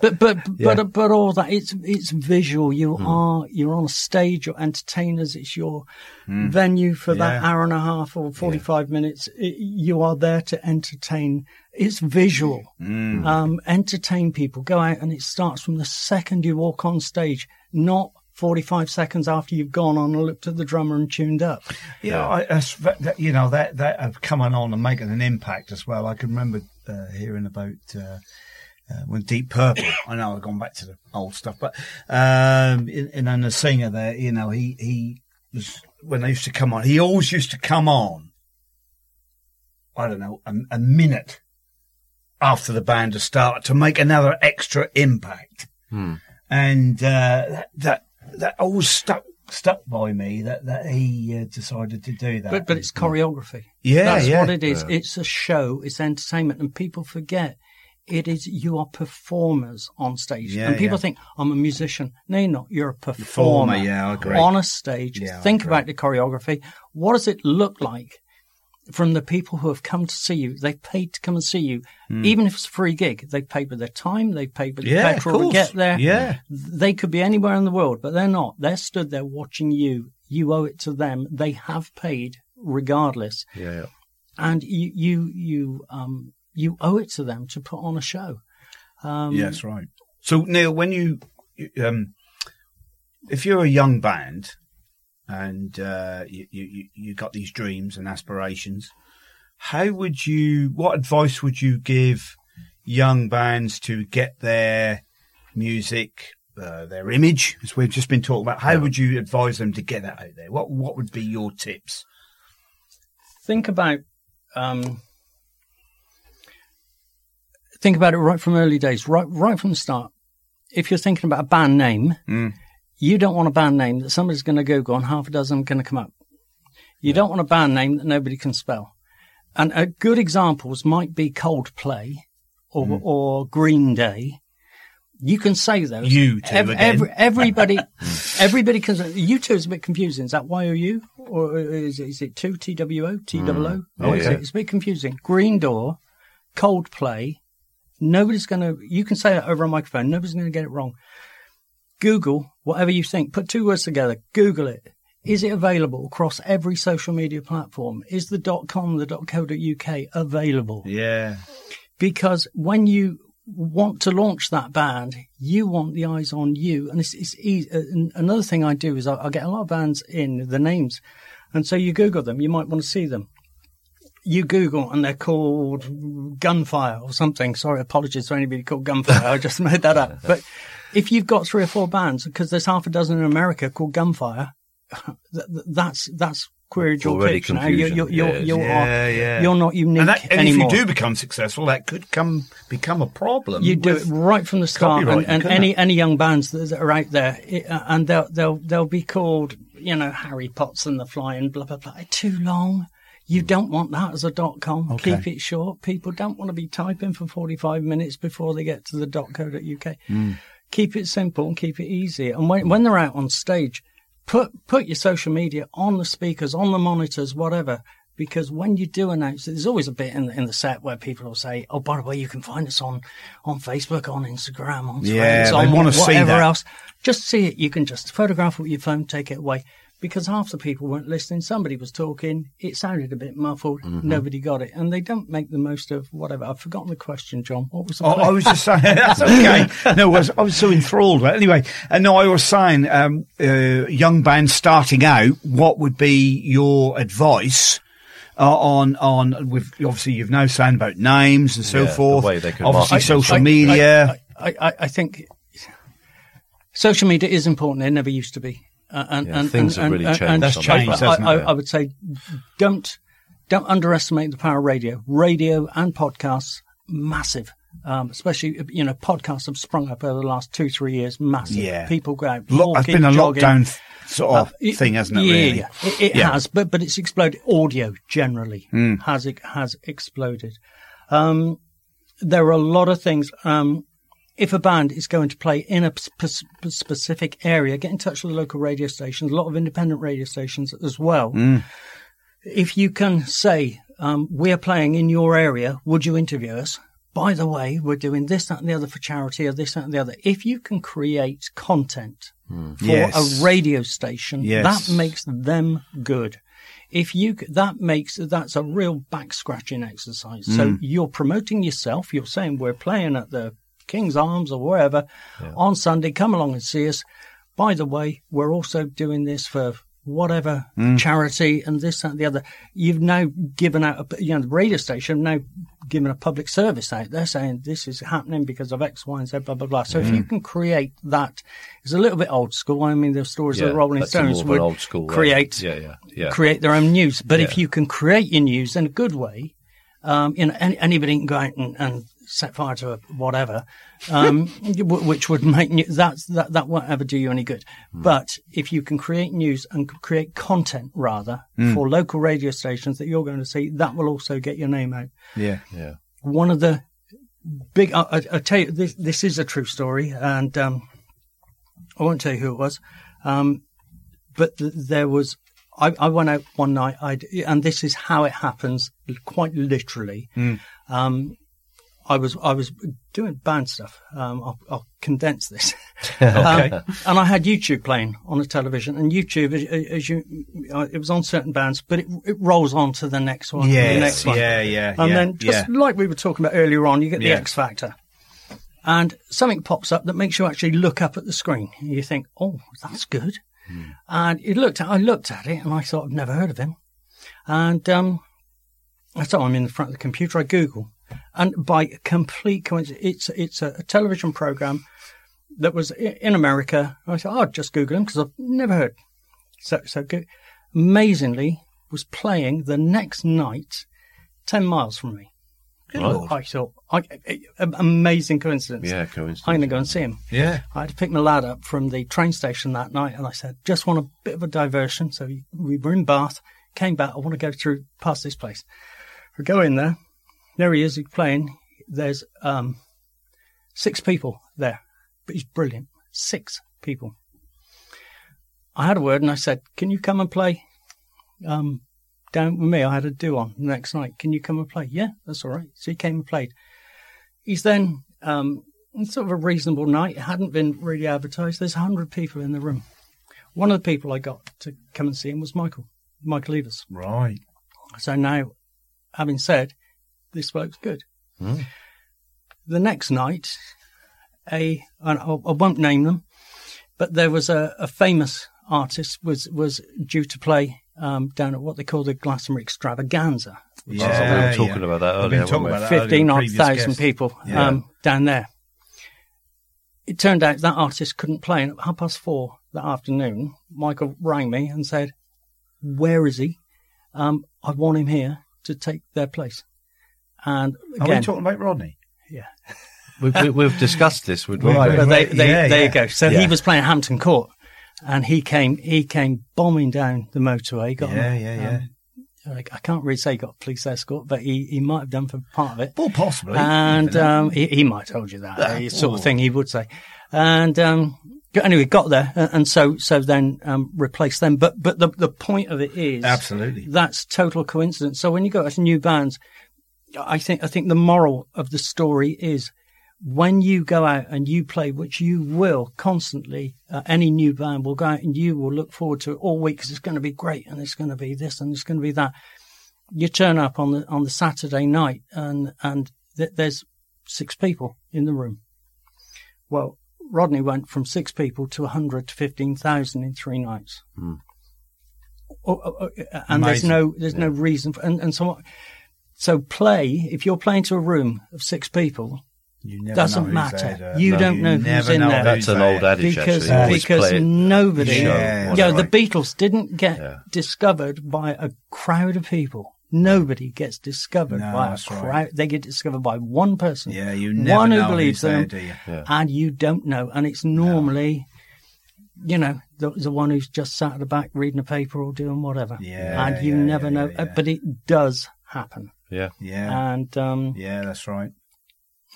Speaker 3: but but
Speaker 1: Yeah.
Speaker 3: but but all that it's it's visual. You
Speaker 4: Hmm.
Speaker 3: are you're on a stage. You're entertainers. It's your venue for that
Speaker 4: Yeah.
Speaker 3: hour and a half or forty five minutes. It, you are there to entertain. It's visual. Um, entertain people. Go out and it starts from the second you walk on stage, not forty five seconds after you've gone on and looked at the drummer and tuned up.
Speaker 1: Yeah.
Speaker 2: Yeah, I, that's- that- that- you know that that have coming on and making an impact as well. I can remember uh, hearing about uh, uh, when Deep
Speaker 3: [COUGHS]
Speaker 2: Purple. I know I've gone back to the old stuff, but um, in, in, and the singer there, you know, he he was when they used to come on. He always used to come on. I don't know a, a minute after the band had started to make another extra impact,
Speaker 3: Hmm.
Speaker 2: and uh, that that that always stuck. Stuck by me that that he uh, decided to do that.
Speaker 3: But but it's choreography.
Speaker 4: Yeah,
Speaker 3: That's
Speaker 4: yeah.
Speaker 3: what it is. It's a show. It's entertainment, and people forget it is you are performers on stage.
Speaker 4: Yeah,
Speaker 3: and people
Speaker 4: yeah.
Speaker 3: think I'm a musician. No, you're not. You're a performer.
Speaker 4: yeah, I agree.
Speaker 3: On a stage,
Speaker 4: Yeah, I
Speaker 3: think
Speaker 4: agree.
Speaker 3: about the choreography. What does it look like? From the people who have come to see you, they've paid to come and see you, even if it's a free gig. They've paid with their time, they've paid with the
Speaker 4: Hmm. Yeah, of
Speaker 3: petrol to
Speaker 4: course.
Speaker 3: get there.
Speaker 4: Yeah.
Speaker 3: They could be anywhere in the world, but they're not. They're stood there watching you. You owe it to them. They have paid regardless
Speaker 1: yeah, yeah.
Speaker 3: and you you you um you owe it to them to put on a show. Um,
Speaker 4: Yes, right. So Neil, when you, you, um, if you're a young band and uh, you, you you- you got these dreams and aspirations, how would you? What advice would you give young bands to get their music? Uh, their image, as we've just been talking about, how would you advise them to get that out there? What What would be your tips?
Speaker 3: Think about um, think about it right from early days, right right from the start. If you're thinking about a band name, you don't want a band name that somebody's going to Google and half a dozen going to come up. You don't want a band name that nobody can spell. And uh, good examples might be Coldplay or or Green Day. You can say those.
Speaker 4: You two
Speaker 3: Ev-
Speaker 4: again.
Speaker 3: ev-
Speaker 1: [LAUGHS]
Speaker 3: everybody, everybody can. say- You two is a bit confusing. Is that Y O U or is, is it two T W O T double O?
Speaker 1: Oh,
Speaker 3: It's,
Speaker 1: yeah.
Speaker 3: it's a bit confusing. Green Door, Coldplay. Nobody's going to. You can say that over a microphone. Nobody's going to get it wrong. Google whatever you think. Put two words together. Google it. Is it available across every social media platform? Is the .com, the .co.uk available?
Speaker 4: Yeah,
Speaker 3: because when you want to launch that band, you want the eyes on you. And it's, it's easy. Another thing I do is I, I get a lot of bands in the names, and so you Google them. You might want to see them. You Google and they're called Gunfire or something. Sorry, apologies to anybody called Gunfire. I just [LAUGHS] made that up. But if you've got three or four bands, because there's half a dozen in America called Gunfire, [LAUGHS] th- th- that's that's queried your
Speaker 1: Already
Speaker 3: pitch now. You're,
Speaker 1: confusion.
Speaker 3: you're, you're,
Speaker 1: Yeah,
Speaker 3: you're,
Speaker 4: yeah, yeah.
Speaker 3: you're not unique
Speaker 4: and, that, and if
Speaker 3: anymore.
Speaker 4: you do become successful, that could come become a problem.
Speaker 3: You do it
Speaker 4: with-
Speaker 3: right from the start, and,
Speaker 4: copywriting,
Speaker 3: and
Speaker 4: couldn't
Speaker 3: any
Speaker 4: it?
Speaker 3: any young bands that, that are out there, it, uh, and they'll they'll they'll be called, you know, Harry Potts and the Flying, blah blah blah. Too long. You
Speaker 4: Hmm.
Speaker 3: don't want that as a dot com. Keep it short. People don't want to be typing for forty five minutes before they get to the dot co dot uk.
Speaker 4: Hmm.
Speaker 3: Keep it simple and keep it easy. And when when they're out on stage, put put your social media on the speakers, on the monitors, whatever. Because when you do announce it, there's always a bit in the, in the set where people will say, "Oh, by the way, you can find us on on Facebook, on Instagram, on
Speaker 4: Yeah,
Speaker 3: Threads,
Speaker 4: they
Speaker 3: on
Speaker 4: wanna see
Speaker 3: whatever
Speaker 4: that.
Speaker 3: else." Just see it. You can just photograph it with your phone, take it away. because half the people weren't listening. Somebody was talking. It sounded a bit muffled.
Speaker 4: Mm-hmm.
Speaker 3: Nobody got it, and they don't make the most of whatever. I've forgotten the question, John. What was the?
Speaker 2: Oh, I
Speaker 3: question?
Speaker 2: was just saying [LAUGHS] that's okay. No, I was, I was so enthralled. But anyway, and no, I was saying, um, uh, young band starting out, what would be your advice? Uh, on on with obviously you've now saying about names and so
Speaker 1: Yeah, the
Speaker 2: forth.
Speaker 1: way they could
Speaker 2: obviously
Speaker 1: market
Speaker 2: social
Speaker 3: I-
Speaker 2: media.
Speaker 3: I, I, I, I think social media is important. It never used to be. Uh, and,
Speaker 1: Yeah,
Speaker 3: and
Speaker 1: things
Speaker 3: and,
Speaker 1: have really
Speaker 3: and-
Speaker 1: changed
Speaker 3: and-
Speaker 1: That's
Speaker 2: on that changed, front. hasn't
Speaker 3: I, I,
Speaker 1: it?
Speaker 3: I would say, don't don't underestimate the power of radio. Radio and podcasts massive. Um, especially, you know, podcasts have sprung up over the last two, three years. Massive.
Speaker 2: Yeah.
Speaker 3: People go out.
Speaker 2: Lo- I've
Speaker 3: walking,
Speaker 2: been a
Speaker 3: jogging.
Speaker 2: lockdown th- sort of
Speaker 3: Uh, it-
Speaker 2: thing, hasn't it?
Speaker 3: Yeah,
Speaker 2: really?
Speaker 3: yeah. it, it
Speaker 2: Yeah. Mm.
Speaker 3: has, but but it's exploded. Audio generally has it has exploded. Um, there are a lot of things. Um, if a band is going to play in a sp- sp- specific area, get in touch with the local radio stations, a lot of independent radio stations as well.
Speaker 2: Mm.
Speaker 3: If you can say, um, we're playing in your area, would you interview us? By the way, we're doing this, that, and the other for charity, or this, that, and the other. If you can create content for
Speaker 2: Yes.
Speaker 3: a radio station,
Speaker 2: Yes.
Speaker 3: that makes them good. If you c- that makes that's a real back scratching exercise.
Speaker 1: Mm.
Speaker 3: So you're promoting yourself. You're saying we're playing at the King's Arms or wherever on Sunday. Come along and see us. By the way, we're also doing this for whatever
Speaker 1: Mm.
Speaker 3: charity and this that and the other. You've now given out a, you know the radio station have now given a public service out. They're saying this is happening because of X, Y, and Z. Blah blah blah. So
Speaker 1: Mm.
Speaker 3: if you can create that, it's a little bit old school. I mean, the stories of
Speaker 1: Yeah,
Speaker 3: the Rolling
Speaker 1: that's more
Speaker 3: Stones
Speaker 1: of an
Speaker 3: would
Speaker 1: old school way.
Speaker 3: create
Speaker 1: Yeah, yeah, yeah.
Speaker 3: create their own news. But if
Speaker 1: Yeah.
Speaker 3: you can create your news in a good way, um, you know, any, anybody can go out and, and set fire to a whatever, um, [LAUGHS] w- which would make new, that's, that that won't ever do you any good.
Speaker 1: Hmm.
Speaker 3: But if you can create news and c- create content rather
Speaker 1: Hmm.
Speaker 3: for local radio stations that you're going to see, that will also get your name out
Speaker 2: yeah.
Speaker 1: Yeah.
Speaker 3: one of the big. I, I, I tell you, this this is a true story, and um, I won't tell you who it was, um, but th- there was. I, I went out one night, I'd, and this is how it happens, quite literally.
Speaker 2: Mm.
Speaker 3: Um, I was I was doing band stuff. Um, I'll, I'll
Speaker 2: [LAUGHS]
Speaker 3: condense this. Um, and I had YouTube playing on a television, and YouTube, as, as you, uh, it was on certain bands, but it, it rolls on to the next one, the next
Speaker 2: Yes.
Speaker 3: one.
Speaker 2: Yeah. Yeah.
Speaker 3: And
Speaker 2: yeah,
Speaker 3: then, just
Speaker 2: yeah.
Speaker 3: like we were talking about earlier on, you get the
Speaker 2: Yeah.
Speaker 3: X Factor. And something pops up that makes you actually look up at the screen. You think, oh, that's good.
Speaker 2: Hmm.
Speaker 3: And you looked at, I looked at it and I thought, I've never heard of him. And um, that's how I'm in the front of the computer. I Google. And by complete coincidence, it's, it's a, a television program that was i- in America. I said, oh, I'll just Google him because I've never heard. So, so good. Amazingly, was playing the next night 10 miles from me.
Speaker 1: Lord.
Speaker 3: I thought, I, a- a- amazing coincidence.
Speaker 1: Yeah, coincidence.
Speaker 3: I'm going to go and see him.
Speaker 2: Yeah.
Speaker 3: I had to pick my lad up from the train station that night, and I said, just want a bit of a diversion. So we- we were in Bath, came back. I want to go through past this place. We go in there. There he is. He's playing. There's um, six people there, but he's brilliant. Six people. I had a word, and I said, "Can you come and play um, down with me?" I had a do on the next night. Can you come and play? Yeah, that's all right. So he came and played. He's then um, it's sort of a reasonable night. It hadn't been really advertised. There's 100 people in the room. One of the people I got to come and see him was Michael, Michael Evers.
Speaker 2: Right.
Speaker 3: So now, having said, this bloke's good. The next night, a and I I won't name them, but there was a, a famous artist was was due to play um, down at what they call the Glastonbury Extravaganza.
Speaker 1: we
Speaker 2: Yeah.
Speaker 1: were talking
Speaker 2: yeah.
Speaker 1: about that
Speaker 2: We've
Speaker 1: earlier.
Speaker 2: been
Speaker 1: weren't
Speaker 2: talking
Speaker 1: we?
Speaker 2: about that earlier,
Speaker 3: fifteen odd
Speaker 2: previous
Speaker 3: thousand
Speaker 2: guest.
Speaker 3: people
Speaker 2: Yeah.
Speaker 3: um, down there. It turned out that artist couldn't play, and at half past four that afternoon, Michael rang me and said, "Where is he? Um, I want him here to take their place." And
Speaker 2: Are
Speaker 3: again,
Speaker 2: we talking about Rodney?
Speaker 1: We've, we- we've discussed this. We'd
Speaker 2: Right.
Speaker 3: but they, they,
Speaker 2: Yeah,
Speaker 3: there
Speaker 2: yeah.
Speaker 3: you go. So
Speaker 1: Yeah.
Speaker 3: he was playing Hampton Court, and he came he came bombing down the motorway. Got
Speaker 2: Yeah.
Speaker 3: him,
Speaker 2: Yeah. Yeah.
Speaker 3: I I can't really say he got a police escort, but he, he might have done for part of it.
Speaker 2: Well, possibly.
Speaker 3: And
Speaker 2: You know.
Speaker 3: um, he, he might have told you that.
Speaker 2: Yeah.
Speaker 3: It's the sort
Speaker 2: Ooh.
Speaker 3: of thing he would say. And um, g- anyway, got there, a- and so so then um, replaced them. But but the the point of it is
Speaker 2: absolutely.
Speaker 3: that's total coincidence. So when you go to new bands, I think I think the moral of the story is when you go out and you play, which you will constantly, uh, any new band will go out and you will look forward to it all week because it's going to be great and it's going to be this and it's going to be that. You turn up on the on the Saturday night and and th- there's six people in the room. Well, Rodney went from six people to 100 to 15,000 in three nights.
Speaker 1: Mm.
Speaker 3: Oh, oh, oh, and there's
Speaker 1: Amazing.
Speaker 3: no there's no
Speaker 1: Yeah.
Speaker 3: reason for, and and so what- so play if you're playing to a room of six people
Speaker 4: You never
Speaker 3: doesn't
Speaker 4: know who's
Speaker 3: matter.
Speaker 4: there.
Speaker 3: You
Speaker 4: No,
Speaker 3: don't know who's
Speaker 4: never
Speaker 3: in
Speaker 4: know
Speaker 3: there.
Speaker 1: That's an
Speaker 4: who's
Speaker 1: old
Speaker 4: there.
Speaker 1: adage,
Speaker 3: because uh,
Speaker 1: actually. Always
Speaker 3: because
Speaker 1: play it.
Speaker 3: nobody
Speaker 1: show
Speaker 4: Yeah.
Speaker 1: what's
Speaker 3: you know, the
Speaker 1: right.
Speaker 3: Beatles didn't get
Speaker 1: Yeah.
Speaker 3: discovered by a crowd of people. Nobody gets discovered
Speaker 4: No,
Speaker 3: by a
Speaker 4: that's right.
Speaker 3: crowd. They get discovered by one person.
Speaker 4: Yeah, you never
Speaker 3: one who
Speaker 4: know
Speaker 3: believes
Speaker 4: who's there,
Speaker 3: them,
Speaker 4: do you?
Speaker 1: Yeah.
Speaker 3: and you don't know. And it's normally, you know, the, the one who's just sat at the back reading a paper or doing whatever.
Speaker 4: Yeah,
Speaker 3: and you
Speaker 4: yeah,
Speaker 3: never
Speaker 4: yeah,
Speaker 3: know.
Speaker 4: yeah,
Speaker 3: uh,
Speaker 4: yeah.
Speaker 3: But it does happen,
Speaker 1: Yeah.
Speaker 4: Yeah,
Speaker 3: and um,
Speaker 4: yeah, that's right.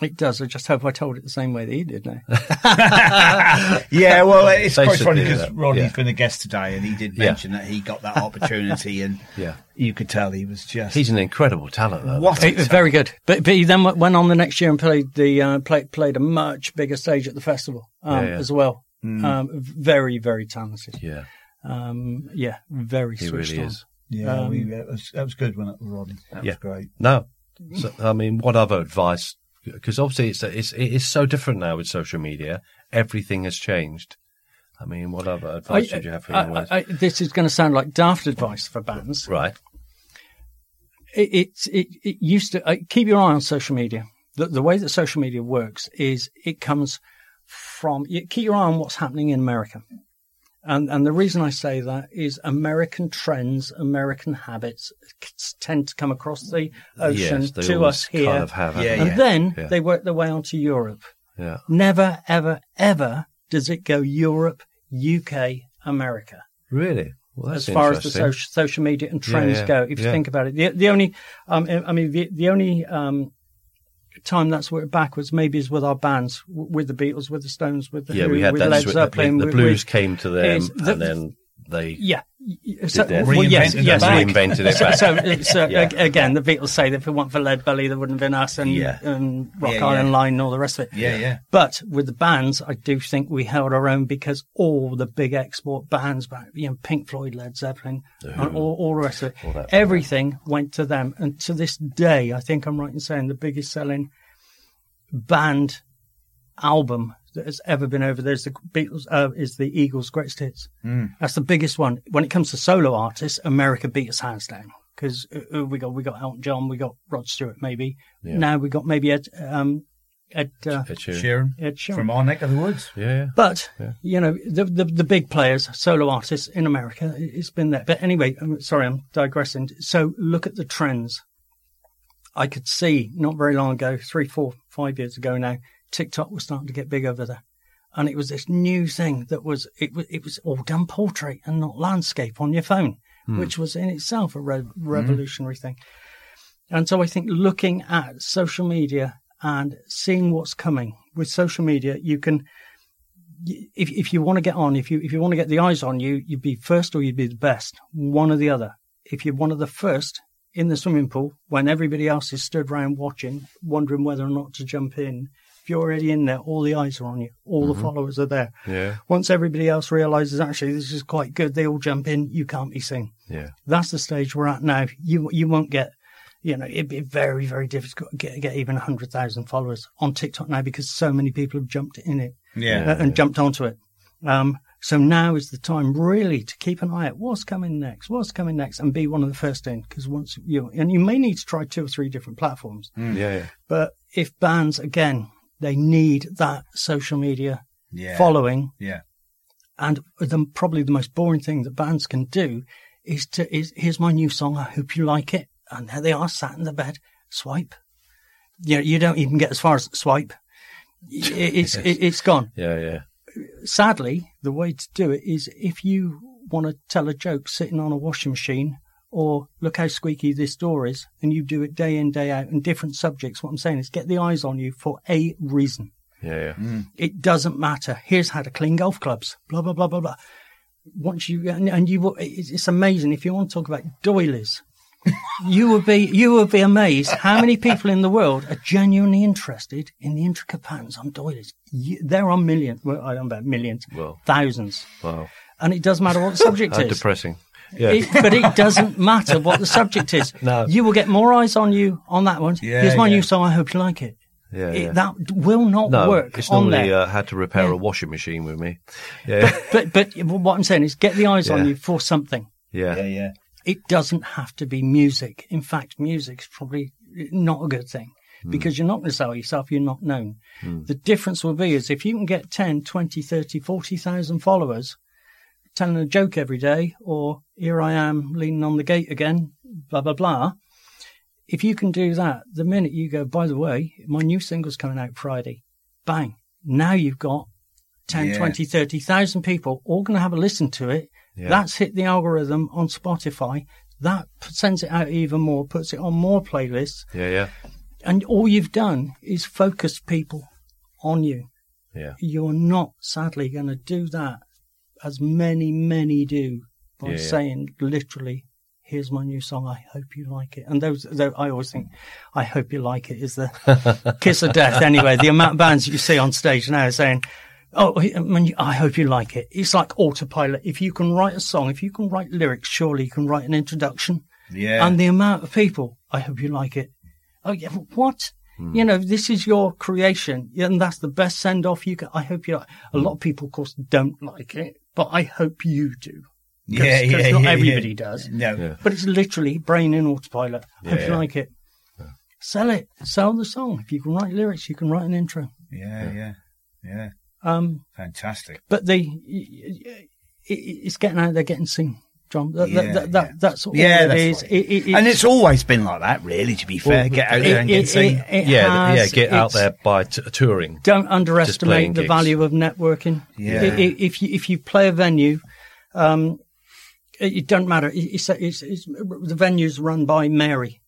Speaker 3: it does. I just hope I told it the same way that he did. Now.
Speaker 1: [LAUGHS]
Speaker 4: Yeah, well, it's
Speaker 1: They
Speaker 4: quite
Speaker 1: should
Speaker 4: funny
Speaker 1: do
Speaker 4: because
Speaker 1: that,
Speaker 4: Rodney's
Speaker 1: yeah.
Speaker 4: been a guest today, and he did
Speaker 1: Yeah.
Speaker 4: mention that he got that opportunity, and
Speaker 1: [LAUGHS] Yeah.
Speaker 4: you could tell he was just uh,
Speaker 1: He's an incredible talent, though.
Speaker 4: what
Speaker 1: [LAUGHS]
Speaker 3: It was very good, but, but he then w- went on the next year and played the uh, played played a much bigger stage at the festival um,
Speaker 1: Yeah, Hmm. yeah.
Speaker 3: as well. Um, very very talented.
Speaker 1: Yeah,
Speaker 3: Um, yeah, very
Speaker 1: he
Speaker 3: switched
Speaker 1: really
Speaker 3: on.
Speaker 1: is.
Speaker 4: yeah,
Speaker 3: um,
Speaker 4: we, that, was, that was good when it was Rodney. That
Speaker 1: Yeah.
Speaker 4: was great.
Speaker 1: No, so, I mean, what other advice? Because obviously, it's it's it is so different now with social media. Everything has changed. I mean, what other advice would you have for
Speaker 3: I-
Speaker 1: anyone? else?
Speaker 3: I- I- this is going to sound like daft advice for bands.
Speaker 1: right?
Speaker 3: It, it's it, it used to uh, keep your eye on social media. The, the way that social media works is it comes from you keep your eye on what's happening in America. And, and the reason I say that is American trends, American habits uh, c- tend to come across the ocean
Speaker 1: yes, they
Speaker 3: to
Speaker 1: always
Speaker 3: us here.
Speaker 1: kind of have. haven't
Speaker 4: Yeah,
Speaker 1: they?
Speaker 3: and then
Speaker 1: Yeah.
Speaker 3: they work their way onto Europe.
Speaker 1: yeah,
Speaker 3: Never, ever, ever does it go Europe, UK, America
Speaker 1: really. Well, that's
Speaker 3: as far as the
Speaker 1: interesting.
Speaker 3: social, social media and
Speaker 1: Yeah,
Speaker 3: trends
Speaker 1: yeah,
Speaker 3: go. If you
Speaker 1: yeah.
Speaker 3: think about it, the, the only, um, I mean, the, the only um, time that's worked backwards maybe is with our bands, w- with the Beatles, with the Stones, with
Speaker 1: [LAUGHS]
Speaker 3: the
Speaker 1: yeah,
Speaker 3: Who,
Speaker 1: we had
Speaker 3: with
Speaker 1: that.
Speaker 3: Led
Speaker 1: switch-
Speaker 3: Zeppelin,
Speaker 1: the, the
Speaker 3: with-
Speaker 1: blues
Speaker 3: with-
Speaker 1: came to them,
Speaker 3: is the-
Speaker 1: and then they
Speaker 3: yeah. Y- So,
Speaker 1: their-
Speaker 3: well, yes,
Speaker 4: Reinvented
Speaker 3: yes,
Speaker 4: it back.
Speaker 1: reinvented it
Speaker 3: So,
Speaker 1: back.
Speaker 3: so, it's, uh,
Speaker 1: Yeah.
Speaker 3: ag- again, the Beatles say that if it weren't for Lead Belly, there wouldn't have been us and,
Speaker 1: Yeah.
Speaker 3: and Rock
Speaker 4: Yeah,
Speaker 3: Island
Speaker 4: yeah.
Speaker 3: Line and all the rest of it.
Speaker 4: Yeah, yeah,
Speaker 3: But with the bands, I do think we held our own because all the big export bands, back, you know, Pink Floyd, Led Zeppelin, and all, all the rest of
Speaker 1: All
Speaker 3: it,
Speaker 1: that-
Speaker 3: everything went to them. And to this day, I think I'm right in saying the biggest selling band album that has ever been over there's the Beatles uh, is the Eagles' Greatest Hits.
Speaker 1: Hmm.
Speaker 3: That's the biggest one. When it comes to solo artists, America beat us hands down because uh, uh, we got we got Elton John, we got Rod Stewart, maybe. Now we got maybe Ed um, Ed, uh,
Speaker 1: Ed Sheeran.
Speaker 4: Sheeran
Speaker 3: Ed Sheeran.
Speaker 4: from our neck of the woods.
Speaker 1: Yeah, yeah.
Speaker 3: But you know the, the the big players, solo artists in America, it- it's been there. But anyway, I'm sorry, I'm digressing. So look at the trends. I could see not very long ago, three, four, five years ago now, TikTok was starting to get big over there, and it was this new thing that was it was it was all done portrait and not landscape on your phone, which was in itself a re- revolutionary thing. And so I think looking at social media and seeing what's coming with social media, you can if if you want to get on, if you if you want to get the eyes on you, you'd be first or you'd be the best, one or the other. If you're one of the first in the swimming pool when everybody else is stood round watching, wondering whether or not to jump in, if you're already in there, all the eyes are on you, all the followers are there.
Speaker 1: Yeah.
Speaker 3: Once everybody else realizes actually this is quite good, they all jump in. You can't be seen.
Speaker 1: Yeah.
Speaker 3: That's the stage we're at now. You you won't get, you know, it'd be very very difficult to get get even hundred thousand followers on TikTok now because so many people have jumped in it
Speaker 4: Yeah,
Speaker 3: uh, and jumped onto it. Um, so now is the time really to keep an eye out what's coming next, what's coming next, and be one of the first in. Because once you and you may need to try two or three different platforms,
Speaker 1: Yeah, yeah.
Speaker 3: but if bands again, they need that social media
Speaker 4: yeah,
Speaker 3: following,
Speaker 4: yeah,
Speaker 3: and the, probably the most boring thing that bands can do is to is here's my new song. I hope you like it, and there they are sat in the bed, swipe. You know, you don't even get as far as swipe. It- It's it, it's gone
Speaker 1: Yeah, yeah.
Speaker 3: sadly, the way to do it is if you want to tell a joke sitting on a washing machine or look how squeaky this door is, and you do it day in, day out, and different subjects. What I'm saying is get the eyes on you for a reason.
Speaker 1: Yeah, yeah.
Speaker 3: It doesn't matter. Here's how to clean golf clubs, blah, blah, blah, blah, blah. Once you, and, and you, will- it's it's amazing. If you want to talk about doilies, [LAUGHS] you would be you would be amazed how many people in the world are genuinely interested in the intricate patterns on doilies. You- There are millions. Well, I don't know about millions.
Speaker 1: Well.
Speaker 3: thousands.
Speaker 1: Wow.
Speaker 3: And it doesn't matter what the subject
Speaker 1: How
Speaker 3: is.
Speaker 1: depressing. Yeah.
Speaker 3: It- but it doesn't matter what the subject is.
Speaker 1: [LAUGHS] No.
Speaker 3: You will get more eyes on you on that one.
Speaker 4: Yeah,
Speaker 3: Here's my
Speaker 4: yeah.
Speaker 3: new song. I hope you like it.
Speaker 1: yeah,
Speaker 3: It-
Speaker 1: yeah.
Speaker 3: that d- will not
Speaker 1: no,
Speaker 3: work
Speaker 1: it's
Speaker 3: on
Speaker 1: normally
Speaker 3: there.
Speaker 1: uh, had to repair
Speaker 3: Yeah.
Speaker 1: a washing machine with
Speaker 3: [LAUGHS]
Speaker 1: me. Yeah,
Speaker 3: But but what I'm saying is, get the eyes
Speaker 1: Yeah.
Speaker 3: on you for something.
Speaker 1: yeah.
Speaker 4: Yeah, yeah.
Speaker 3: it doesn't have to be music. In fact, music's probably not a good thing because you're not going to sell yourself, you're not known. The difference will be is if you can get 10, 20, 30, 40,000 followers telling a joke every day or here I am leaning on the gate again, blah, blah, blah. If you can do that, the minute you go, by the way, my new single's coming out Friday, bang, now you've got 10,
Speaker 4: Yeah.
Speaker 3: 20, 30,000 people all going to have a listen to it.
Speaker 1: Yeah.
Speaker 3: That's hit the algorithm on Spotify. That p- sends it out even more, puts it on more playlists.
Speaker 1: Yeah, yeah,
Speaker 3: And all you've done is focus people on you.
Speaker 1: yeah.
Speaker 3: You're not, sadly, going to do that as many, many do by
Speaker 1: Yeah, yeah.
Speaker 3: saying literally, here's my new song. I hope you like it. And those, tho- I always think, I hope you like it is the
Speaker 1: [LAUGHS]
Speaker 3: kiss of death. Anyway, the amount of bands that you see on stage now saying, Oh, I mean, I hope you like it. It's like autopilot. If you can write a song, if you can write lyrics, surely you can write an introduction.
Speaker 4: Yeah.
Speaker 3: And the amount of people, I hope you like it. Oh, yeah, but what?
Speaker 4: Hmm.
Speaker 3: You know, this is your creation, yeah, and that's the best send off you can. I hope you. Like. A lot of people, of course, don't like it, but I hope you do.
Speaker 4: yeah, yeah,
Speaker 3: not
Speaker 4: yeah,
Speaker 3: everybody
Speaker 4: yeah.
Speaker 3: does.
Speaker 4: No.
Speaker 1: Yeah.
Speaker 3: But it's literally brain in autopilot. Hope you
Speaker 1: Yeah.
Speaker 3: like it. Sell it. Sell the song. If you can write lyrics, you can write an intro.
Speaker 4: Yeah, yeah, yeah.
Speaker 3: Um,
Speaker 4: Fantastic.
Speaker 3: but they it, it's getting out there getting seen john that,
Speaker 4: Yeah,
Speaker 3: that, that,
Speaker 4: yeah.
Speaker 3: that, that's all
Speaker 4: Yeah,
Speaker 3: it
Speaker 4: that's
Speaker 3: is
Speaker 4: right.
Speaker 3: it, it,
Speaker 4: and it's always been like that, really. To be fair,
Speaker 1: Well,
Speaker 4: get out
Speaker 1: it-
Speaker 4: there and get
Speaker 3: Mm-hmm. it-
Speaker 4: seen.
Speaker 3: it
Speaker 1: yeah,
Speaker 3: has-
Speaker 1: yeah, get out
Speaker 3: it's-
Speaker 1: there by t- touring.
Speaker 3: don't
Speaker 1: playing
Speaker 3: underestimate the
Speaker 1: gigs.
Speaker 3: value of networking
Speaker 4: Yeah.
Speaker 3: I- i- if you if you play a venue um it, it doesn't matter It- it's, it's, it's the venue's run by mary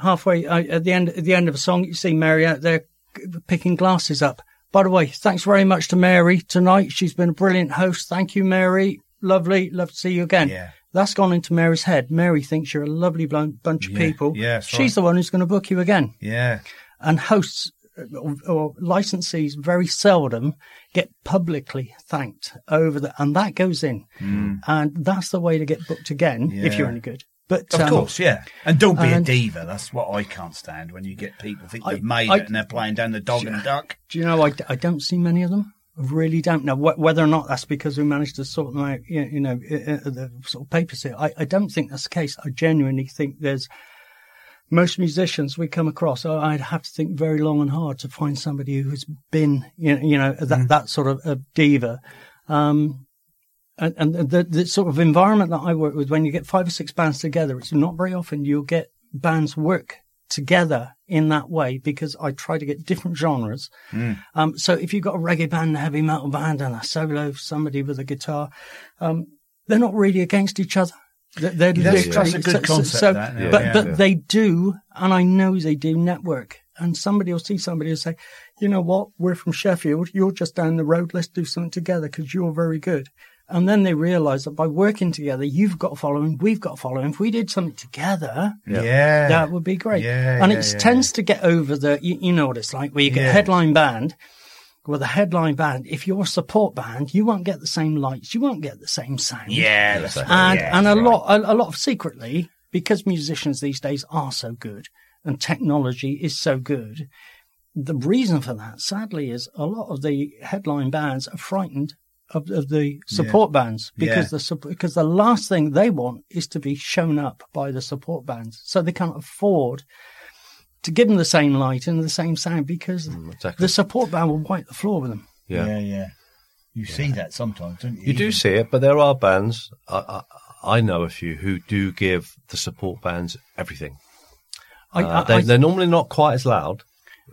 Speaker 3: halfway uh, at the end at the end of a song you see mary out there c- picking glasses up by the way thanks very much to mary tonight she's been a brilliant host thank you mary lovely love to see you again
Speaker 4: Yeah.
Speaker 3: that's gone into Mary's head. Mary thinks you're a lovely blo- bunch of
Speaker 4: Yeah,
Speaker 3: people.
Speaker 4: yeah, that's
Speaker 3: She's
Speaker 4: right.
Speaker 3: the one who's going to book you again.
Speaker 4: Yeah,
Speaker 3: And hosts uh, or, or licensees very seldom get publicly thanked over the, and that goes in. And that's the way to get booked again if you're
Speaker 4: Hmm. Yeah.
Speaker 3: any good. But
Speaker 4: of
Speaker 3: um,
Speaker 4: course. Yeah, and don't be
Speaker 3: and-
Speaker 4: a diva. That's what I can't stand when you get people think
Speaker 3: I-
Speaker 4: they've made
Speaker 3: I-
Speaker 4: it and they're playing down the dog and duck.
Speaker 3: Do you know, I, I don't see many of them. I really don't know wh- whether or not that's because we managed to sort them out, you you know, uh, uh, the sort of papers here. I, I don't think that's the case. I genuinely think there's most musicians we come across. I- I'd have to think very long and hard to find somebody who's been, you know, you know that,
Speaker 4: Mm-hmm.
Speaker 3: that sort of a diva. Um, and, and the, the sort of environment that I work with, when you get five or six bands together, it's not very often you'll get bands work together in that way because I try to get different genres.
Speaker 4: Mm.
Speaker 3: Um, so if you've got a reggae band, a heavy metal band, and a solo, somebody with a guitar, um, they're not really against each other. They're, they're
Speaker 4: That's-
Speaker 3: literally-
Speaker 4: that's a good
Speaker 3: so- so-
Speaker 4: concept,
Speaker 3: so-
Speaker 4: that, yeah.
Speaker 3: but
Speaker 4: Yeah.
Speaker 3: but
Speaker 1: Yeah.
Speaker 3: they do, and I know they do network. And somebody will see somebody and say, "You know what? We're from Sheffield. You're just down the road. Let's do something together because you're very good." And then they realise that by working together, you've got a following, we've got a following. If we did something together,
Speaker 4: Yeah,
Speaker 3: that would be great.
Speaker 4: Yeah,
Speaker 3: and
Speaker 4: yeah,
Speaker 3: it
Speaker 4: yeah,
Speaker 3: tends to get over the, you, you know what it's like, where you get
Speaker 4: Yeah.
Speaker 3: a headline band. With a headline band, if you're a support band, you won't get the same lights, you won't get the same sound.
Speaker 4: yeah, that's right.
Speaker 3: And,
Speaker 4: yeah,
Speaker 3: and a
Speaker 4: right.
Speaker 3: lot, a, a lot of secretly, because musicians these days are so good and technology is so good, the reason for that, sadly, is a lot of the headline bands are frightened of, of the support bands because
Speaker 4: Yeah.
Speaker 3: the sup- because the last thing they want is to be shown up by the support bands, so they can't afford to give them the same light and the same sound because
Speaker 4: Mm.
Speaker 1: exactly.
Speaker 3: the support band will wipe the floor with them.
Speaker 1: Yeah.
Speaker 4: Yeah, yeah. You see that sometimes, don't you?
Speaker 1: You do
Speaker 4: Even-
Speaker 1: see it, but there are bands. I, I, I know a few who do give the support bands everything.
Speaker 3: I,
Speaker 1: Uh,
Speaker 3: I-
Speaker 1: they,
Speaker 3: I-
Speaker 1: they're normally not quite as loud.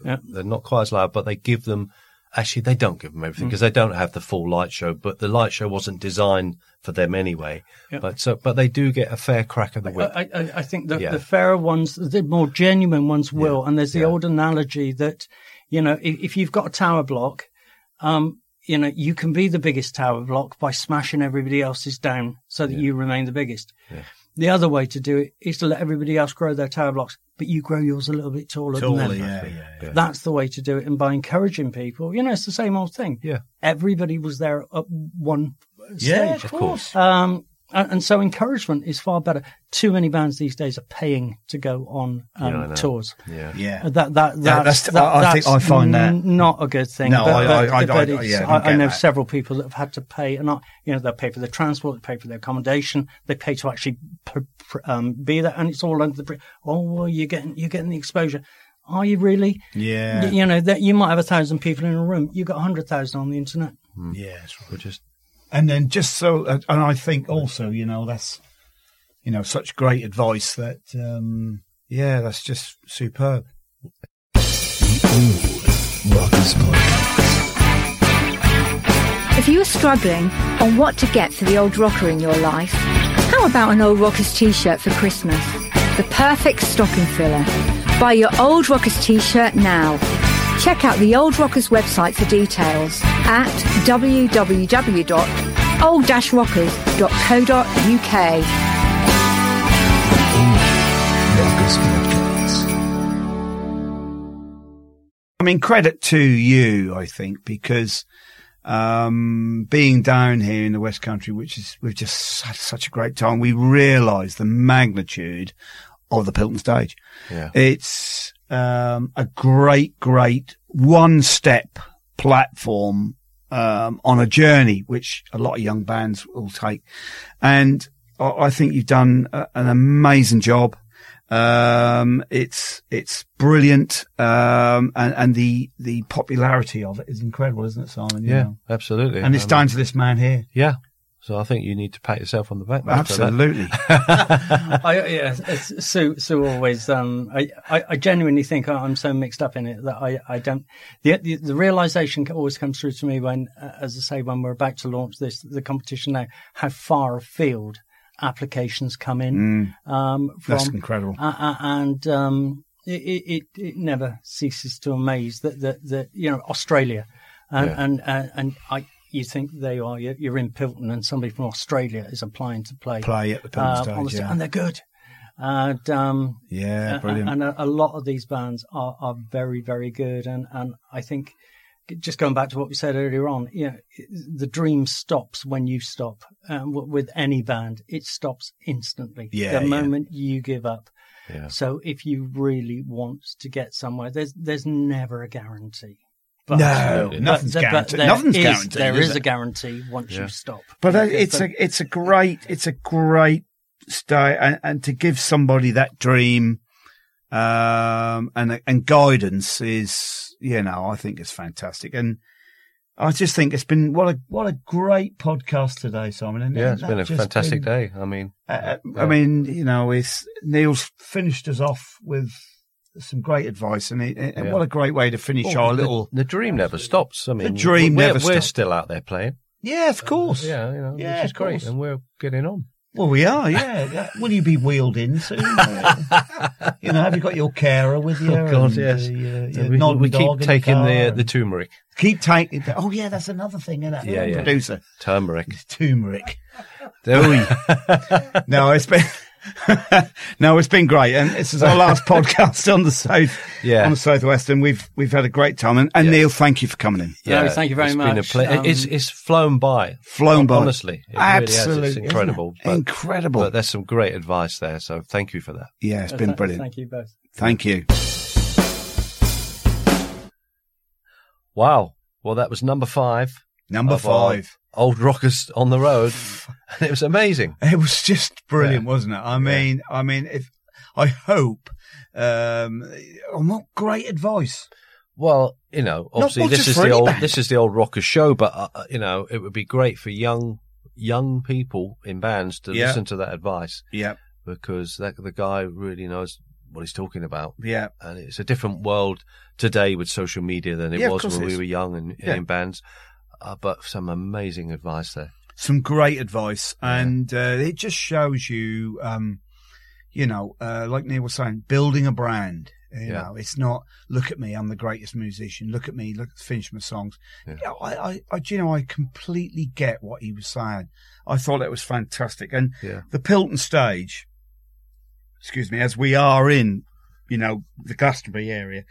Speaker 3: Yeah.
Speaker 1: They're not quite as loud, but they give them. Actually, they don't give them everything because they don't have the full light show. But the light show wasn't designed for them anyway.
Speaker 3: Yeah.
Speaker 1: But so, but they do get a fair crack of the whip.
Speaker 3: I, I, I think the,
Speaker 1: Yeah.
Speaker 3: the fairer ones, the more genuine ones will. And there's the
Speaker 1: Yeah.
Speaker 3: old analogy that, you know, if, if you've got a tower block, um, you know, you can be the biggest tower block by smashing everybody else's down so that you remain the biggest. The other way to do it is to let everybody else grow their tower blocks, but you grow yours a little bit taller than
Speaker 4: Totally,
Speaker 3: them.
Speaker 4: yeah, yeah, yeah.
Speaker 3: That's the way to do it, and by encouraging people, you know, it's the same old thing.
Speaker 1: Yeah.
Speaker 3: everybody was there at one
Speaker 4: Yeah,
Speaker 3: stage.
Speaker 4: of course.
Speaker 3: Um, and, and so encouragement is far better. Too many bands these days are paying to go on um,
Speaker 1: Yeah, I know.
Speaker 3: tours.
Speaker 1: Yeah.
Speaker 4: Yeah.
Speaker 3: Uh, That that that's,
Speaker 4: that's-
Speaker 3: that,
Speaker 4: I- I think
Speaker 3: that's
Speaker 4: I find that-
Speaker 3: n- not a good thing.
Speaker 4: No,
Speaker 3: but,
Speaker 4: I-
Speaker 3: but-
Speaker 4: I- I-
Speaker 3: but
Speaker 4: I-
Speaker 3: it's-
Speaker 4: yeah, I
Speaker 3: I,
Speaker 4: get
Speaker 3: know
Speaker 4: that.
Speaker 3: several people that have had to pay, and not you know they pay for their transport, they pay for their accommodation, they pay to actually pr- pr- um, be there, and it's all under the bridge. Oh, well, you're getting you're getting the exposure. Are you really?
Speaker 4: Yeah.
Speaker 3: Y- You know that you might have a thousand people in a room. You got a hundred thousand on the internet.
Speaker 4: Mm. Yeah, that's right.
Speaker 1: We're just
Speaker 2: and then just so
Speaker 4: uh,
Speaker 2: and i think also you know that's you know such great advice that um yeah that's just superb
Speaker 5: If you are struggling on what to get for the old rocker in your life, how about an old rocker's t shirt for Christmas? The perfect stocking filler. Buy your old rocker's t shirt now. Check out the old rockers website for details at www.old-rockers.co.uk.
Speaker 2: I mean, credit to you, I think, because um, being down here in the West Country, which is we've just had such a great time, we realise the magnitude of the Pilton stage.
Speaker 1: Yeah.
Speaker 2: It's um, a great, great one-step platform um, on a journey, which a lot of young bands will take, and I, I think you've done a, an amazing job. Um, it's it's brilliant, um, and and the the popularity of it is incredible, isn't it, Simon? You
Speaker 1: yeah,
Speaker 2: know?
Speaker 1: absolutely.
Speaker 2: and it's
Speaker 1: Um,
Speaker 2: down to this man here.
Speaker 1: Yeah. So I think you need to pat yourself on the back. mate, for that.
Speaker 2: Absolutely,
Speaker 3: I, uh, yeah, it's- Sue, Sue always. Um, I, I, I genuinely think I'm so mixed up in it that I, I don't. The, the, the realization always comes through to me when, uh, as I say, when we're about to launch this, the competition now, how far afield applications come in um, from.
Speaker 2: [LAUGHS] that's incredible.
Speaker 3: Uh, uh, and um, it, it, it- it never ceases to amaze that, that, that you know, Australia. And,
Speaker 1: Yeah.
Speaker 3: and, and, and I, you think they are, you're, you're in Pilton and somebody from Australia is applying to play
Speaker 2: Play at the Pilton
Speaker 3: uh,
Speaker 2: stage,
Speaker 3: on the sta-
Speaker 2: yeah.
Speaker 3: and they're good. And um,
Speaker 2: Yeah,
Speaker 3: a-
Speaker 2: brilliant.
Speaker 3: and a, a lot of these bands are, are very, very good. And, and I think just going back to what we said earlier on, you know, the dream stops when you stop. Um, w- with any band, it stops instantly.
Speaker 4: Yeah,
Speaker 3: the
Speaker 4: yeah.
Speaker 3: moment you give up.
Speaker 1: Yeah.
Speaker 3: So if you really want to get somewhere, there's there's never a guarantee. But,
Speaker 2: no,
Speaker 1: but-
Speaker 2: nothing's
Speaker 3: there-
Speaker 2: guaranteed.
Speaker 3: there
Speaker 2: nothing's
Speaker 3: is-
Speaker 2: guaranteed.
Speaker 3: There
Speaker 2: is
Speaker 3: is
Speaker 2: it?
Speaker 3: a guarantee once
Speaker 1: Yeah.
Speaker 3: you stop.
Speaker 2: But uh,
Speaker 3: Because
Speaker 2: it's
Speaker 3: the-
Speaker 2: a it's a great it's a great stay and, and to give somebody that dream um and and guidance is you know I think it's fantastic and I just think it's been what a what a great podcast today Simon and
Speaker 1: Yeah, it's
Speaker 2: that
Speaker 1: been a
Speaker 2: just
Speaker 1: fantastic
Speaker 2: been-
Speaker 1: day. I mean,
Speaker 2: uh, I
Speaker 1: yeah.
Speaker 2: mean you know it's Neil's finished us off with some great advice and, it, and
Speaker 1: Yeah.
Speaker 2: what a great way to finish
Speaker 1: Oh,
Speaker 2: our
Speaker 1: the-
Speaker 2: little
Speaker 1: The dream never stops. I mean,
Speaker 2: dream
Speaker 1: we're,
Speaker 2: never
Speaker 1: We're
Speaker 2: stops.
Speaker 1: still out there playing.
Speaker 2: yeah of course
Speaker 1: Uh, Yeah, you know,
Speaker 2: Yeah,
Speaker 1: which is
Speaker 2: of
Speaker 1: great,
Speaker 2: course.
Speaker 1: and we're getting on.
Speaker 2: Well, we
Speaker 1: [LAUGHS]
Speaker 2: are, yeah. Yeah. Will you be wheeled in soon? Or- you know, have you got your carer with you?
Speaker 1: Oh, God,
Speaker 2: and,
Speaker 1: yes.
Speaker 2: uh, your- your
Speaker 1: And we,
Speaker 2: nod
Speaker 1: we
Speaker 2: dog in
Speaker 1: keep taking
Speaker 2: car
Speaker 1: the
Speaker 2: and-
Speaker 1: the turmeric,
Speaker 2: keep taking. Oh yeah, that's another thing, isn't it?
Speaker 1: Yeah, yeah.
Speaker 2: Producer
Speaker 1: turmeric.
Speaker 2: turmeric.
Speaker 1: There we-
Speaker 2: [LAUGHS] No, it's been. [LAUGHS] no, it's been great, and this is our last
Speaker 1: [LAUGHS]
Speaker 2: podcast on the south,
Speaker 1: Yeah.
Speaker 2: on the southwestern. We've we've had a great time, and, and
Speaker 1: Yeah.
Speaker 2: Neil, thank you for coming in.
Speaker 3: No, thank you very
Speaker 1: it's Been a
Speaker 3: much.
Speaker 1: ple-
Speaker 3: Um,
Speaker 1: it's it's flown by,
Speaker 2: Flown by,
Speaker 1: Honestly, it
Speaker 2: absolutely,
Speaker 1: really has.
Speaker 2: isn't
Speaker 1: It's
Speaker 2: it?
Speaker 1: incredible. But,
Speaker 2: incredible.
Speaker 1: but there's some great advice there, so thank you for that.
Speaker 2: yeah, it's
Speaker 1: [LAUGHS]
Speaker 3: uh,
Speaker 2: been
Speaker 3: th-
Speaker 2: brilliant.
Speaker 3: Thank you both.
Speaker 2: thank you.
Speaker 1: Wow. Well, that was number five.
Speaker 2: Number
Speaker 1: of our
Speaker 2: five.
Speaker 1: Old rockers on the road, [LAUGHS] and it was amazing.
Speaker 2: [LAUGHS] It was just brilliant, wasn't it? I mean, I mean, if I hope, um, and what great advice!
Speaker 1: Well, you know, obviously
Speaker 2: not
Speaker 1: this
Speaker 2: just
Speaker 1: is
Speaker 2: for
Speaker 1: the
Speaker 2: any
Speaker 1: old
Speaker 2: band.
Speaker 1: this is the old rocker show, but uh, uh, you know, it would be great for young young people in bands to
Speaker 2: Yeah.
Speaker 1: listen to that advice
Speaker 2: Yep,
Speaker 1: because that, the guy really knows what he's talking about,
Speaker 2: yep,
Speaker 1: and it's a different world today with social media than it
Speaker 2: Yeah, of
Speaker 1: was
Speaker 2: course
Speaker 1: when
Speaker 2: it
Speaker 1: we
Speaker 2: is.
Speaker 1: were young and, and
Speaker 2: Yeah.
Speaker 1: in bands. Uh, but some amazing advice there.
Speaker 2: some great advice, and uh, it just shows you, um, you know, uh, like Neil was saying, building a brand. You
Speaker 1: Yeah.
Speaker 2: know, it's not look at me, I'm the greatest musician. Look at me, look finish my songs.
Speaker 1: Yeah.
Speaker 2: Yeah, I, I, I, do you know, I completely get what he was saying. I thought it was fantastic, and
Speaker 1: Yeah.
Speaker 2: the Pilton stage. Excuse me, as we are in, you know, the Glastonbury area,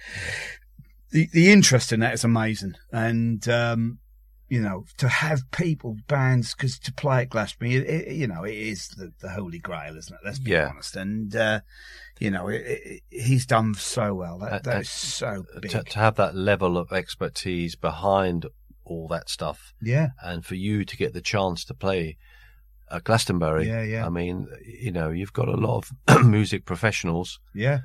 Speaker 2: the the interest in that is amazing, and um, you know, to have people bands because to play at Glastonbury, it, it, you know, it is the, the holy grail, isn't it? Let's be
Speaker 1: Yeah.
Speaker 2: honest. And uh, you know, it, it, it- he's done so well. That,
Speaker 1: Uh,
Speaker 2: that
Speaker 1: uh,
Speaker 2: is so big.
Speaker 1: to, to have that level of expertise behind all that stuff
Speaker 2: yeah,
Speaker 1: and for you to get the chance to play at Glastonbury.
Speaker 2: Yeah, yeah.
Speaker 1: I mean, you know, you've got a lot of [CLEARS THROAT] music professionals
Speaker 2: yeah,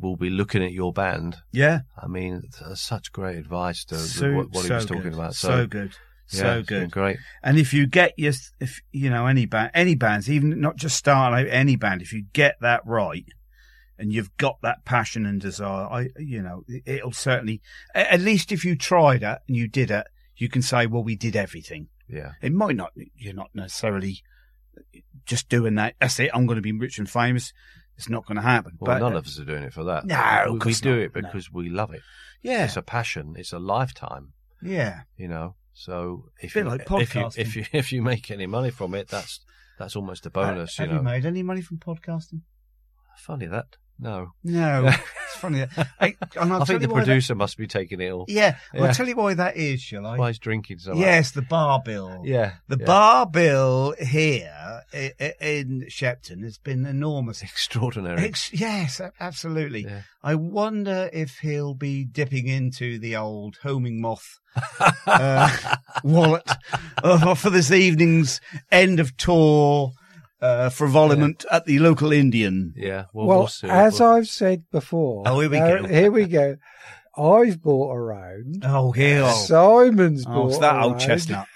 Speaker 1: will be looking at your band.
Speaker 2: yeah.
Speaker 1: I mean, that's such great advice to
Speaker 2: So-
Speaker 1: what, what he
Speaker 2: so
Speaker 1: was talking
Speaker 2: good.
Speaker 1: about.
Speaker 2: So, good.
Speaker 1: yeah,
Speaker 2: So
Speaker 1: it's been
Speaker 2: good.
Speaker 1: great.
Speaker 2: And if you get your, if you know any band, any bands, even not just starting out, any band, if you get that right, and you've got that passion and desire, I, you know, it- it'll certainly, a- at least if you tried it and you did it, you can say, well, we did everything.
Speaker 1: Yeah,
Speaker 2: It might not, you're not necessarily just doing that. That's it. I'm going to be rich and famous. It's not going to happen.
Speaker 1: well,
Speaker 2: but uh,
Speaker 1: none of us are doing it for that.
Speaker 2: No, of
Speaker 1: we, we
Speaker 2: course
Speaker 1: do
Speaker 2: not.
Speaker 1: it
Speaker 2: No.
Speaker 1: because we love it.
Speaker 2: yeah,
Speaker 1: It's a passion. It's a lifetime.
Speaker 2: yeah,
Speaker 1: You know, so if
Speaker 2: Bit
Speaker 1: you,
Speaker 2: like
Speaker 1: if you
Speaker 2: podcasting. Uh,
Speaker 1: if you [LAUGHS] if you make any money from it, that's that's almost a bonus.
Speaker 2: Have
Speaker 1: you know,
Speaker 2: made any money from podcasting?
Speaker 1: funny that no. [LAUGHS]
Speaker 2: No, it's funny. I, and I'll
Speaker 1: I
Speaker 2: tell
Speaker 1: think the
Speaker 2: you why that-
Speaker 1: producer must be taking it all.
Speaker 2: Yeah,
Speaker 1: Yeah.
Speaker 2: I'll tell you why that is, shall I?
Speaker 1: Why he's drinking so much?
Speaker 2: yes, the bar bill.
Speaker 1: yeah.
Speaker 2: The
Speaker 1: yeah.
Speaker 2: bar bill here i- i- in Shepton has been enormous.
Speaker 1: [LAUGHS] extraordinary.
Speaker 2: Ex- yes, a- absolutely.
Speaker 1: Yeah.
Speaker 2: I wonder if he'll be dipping into the old
Speaker 1: [LAUGHS]
Speaker 2: homing moth uh, wallet uh, for this evening's end of tour uh, frivoliment at the local Indian.
Speaker 1: yeah. Well,
Speaker 6: Well,
Speaker 1: we'll see.
Speaker 6: as
Speaker 1: We'll-
Speaker 6: I've said before,
Speaker 2: uh, Oh, here we
Speaker 6: there-
Speaker 2: go.
Speaker 6: Here we go. I've bought a round.
Speaker 2: Oh, here.
Speaker 6: Simon's
Speaker 2: Oh,
Speaker 6: bought
Speaker 2: it's that
Speaker 6: a
Speaker 2: old
Speaker 6: round.
Speaker 2: chestnut.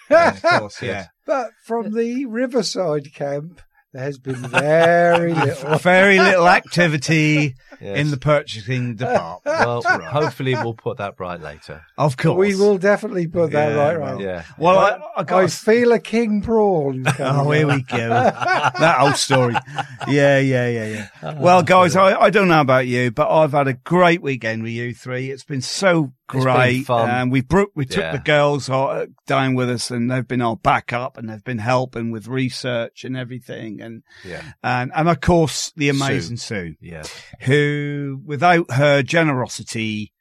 Speaker 1: [LAUGHS]
Speaker 2: yeah.
Speaker 6: But from the Riverside camp, there has been
Speaker 2: [LAUGHS]
Speaker 6: very little.
Speaker 2: Very little activity
Speaker 1: yes.
Speaker 2: in the purchasing [LAUGHS] department.
Speaker 1: well, hopefully we'll put that right later.
Speaker 2: Of course.
Speaker 6: we will definitely put that
Speaker 2: Yeah,
Speaker 6: right
Speaker 2: well,
Speaker 6: round.
Speaker 1: Yeah.
Speaker 2: Oh. Well, I, I
Speaker 6: I
Speaker 2: got.
Speaker 6: feel a king prawn.
Speaker 2: [LAUGHS]
Speaker 6: coming
Speaker 2: oh, here we go. that old story. Yeah, yeah, yeah, yeah. Well, guys, I, I don't know about you, but I've had a great weekend with you three. It's been so
Speaker 1: been
Speaker 2: great.
Speaker 1: fun.
Speaker 2: Um, we bro- we took
Speaker 1: Yeah.
Speaker 2: the girls uh, down with us, and they've been our backup, and they've been helping with research and everything, and
Speaker 1: Yeah.
Speaker 2: and and of course the amazing Sue
Speaker 1: Yeah.
Speaker 2: who, without her generosity,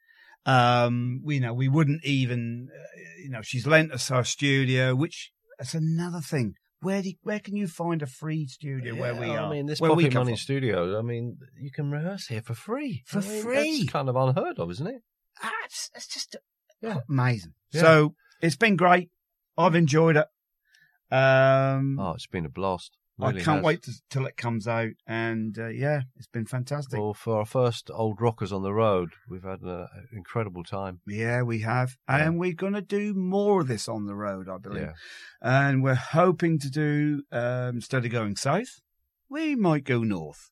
Speaker 2: um, we you know we wouldn't even, uh, you know, she's lent us our studio, which that's another thing. Where do, where can you find a free studio where we
Speaker 1: Yeah,
Speaker 2: are?
Speaker 1: I mean, this
Speaker 2: where we
Speaker 1: pocket
Speaker 2: come
Speaker 1: money
Speaker 2: from?
Speaker 1: studio. I mean, you can rehearse here for free.
Speaker 2: For
Speaker 1: I mean,
Speaker 2: free.
Speaker 1: That's kind of unheard of, isn't it?
Speaker 2: Ah, it's, it's just amazing.
Speaker 1: Yeah.
Speaker 2: So it's been great. I've enjoyed it. Um,
Speaker 1: Oh, it's been a blast.
Speaker 2: I
Speaker 1: Really
Speaker 2: can't
Speaker 1: has.
Speaker 2: wait to, till it comes out, and uh, yeah, it's been fantastic.
Speaker 1: Well, for our first old rockers on the road, we've had an incredible time.
Speaker 2: yeah, we have,
Speaker 1: Yeah.
Speaker 2: and we're going to do more of this on the road, I believe.
Speaker 1: Yeah.
Speaker 2: and we're hoping to do um, instead of going south, we might go north.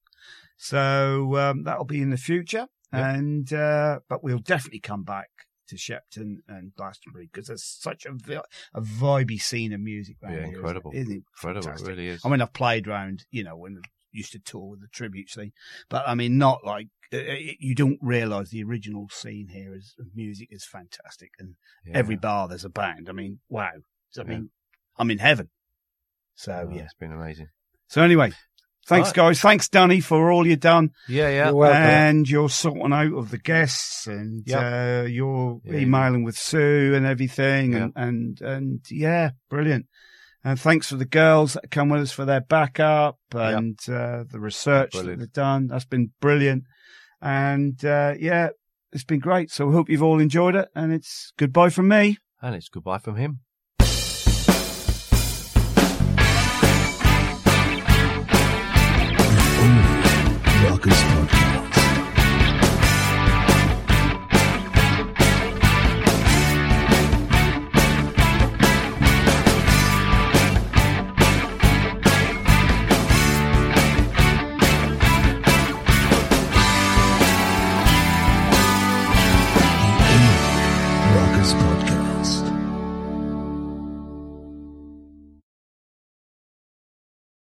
Speaker 2: So um, that'll be in the future,
Speaker 1: Yeah.
Speaker 2: and uh, but we'll definitely come back to Shepton and Glastonbury because there's such a vi- a vibey scene of music. Around
Speaker 1: Yeah,
Speaker 2: here, isn't it?
Speaker 1: incredible.
Speaker 2: Isn't it?
Speaker 1: Incredible.
Speaker 2: Fantastic.
Speaker 1: It really is.
Speaker 2: I mean, I've played round, you know, when I used to tour with the tribute scene, but I mean, not like uh, uh, you don't realise the original scene here is of music is fantastic, and
Speaker 1: Yeah.
Speaker 2: every bar there's a band. I mean, wow. I
Speaker 1: Yeah.
Speaker 2: mean, I'm in heaven. So
Speaker 1: Oh,
Speaker 2: yeah.
Speaker 1: It's been amazing.
Speaker 2: So anyway, thanks
Speaker 1: Right.
Speaker 2: guys. Thanks Danny for all you've done
Speaker 1: Yeah, yeah.
Speaker 6: You're welcome.
Speaker 2: and your sorting out of the guests and uh, your
Speaker 1: Yeah.
Speaker 2: emailing with Sue and everything and, and and yeah, brilliant. And thanks for the girls that come with us for their backup
Speaker 1: Yeah.
Speaker 2: and uh, the research
Speaker 1: Brilliant.
Speaker 2: that they've done. That's been brilliant. And uh, yeah, it's been great. So I hope you've all enjoyed it. And it's goodbye from me.
Speaker 1: And it's goodbye from him.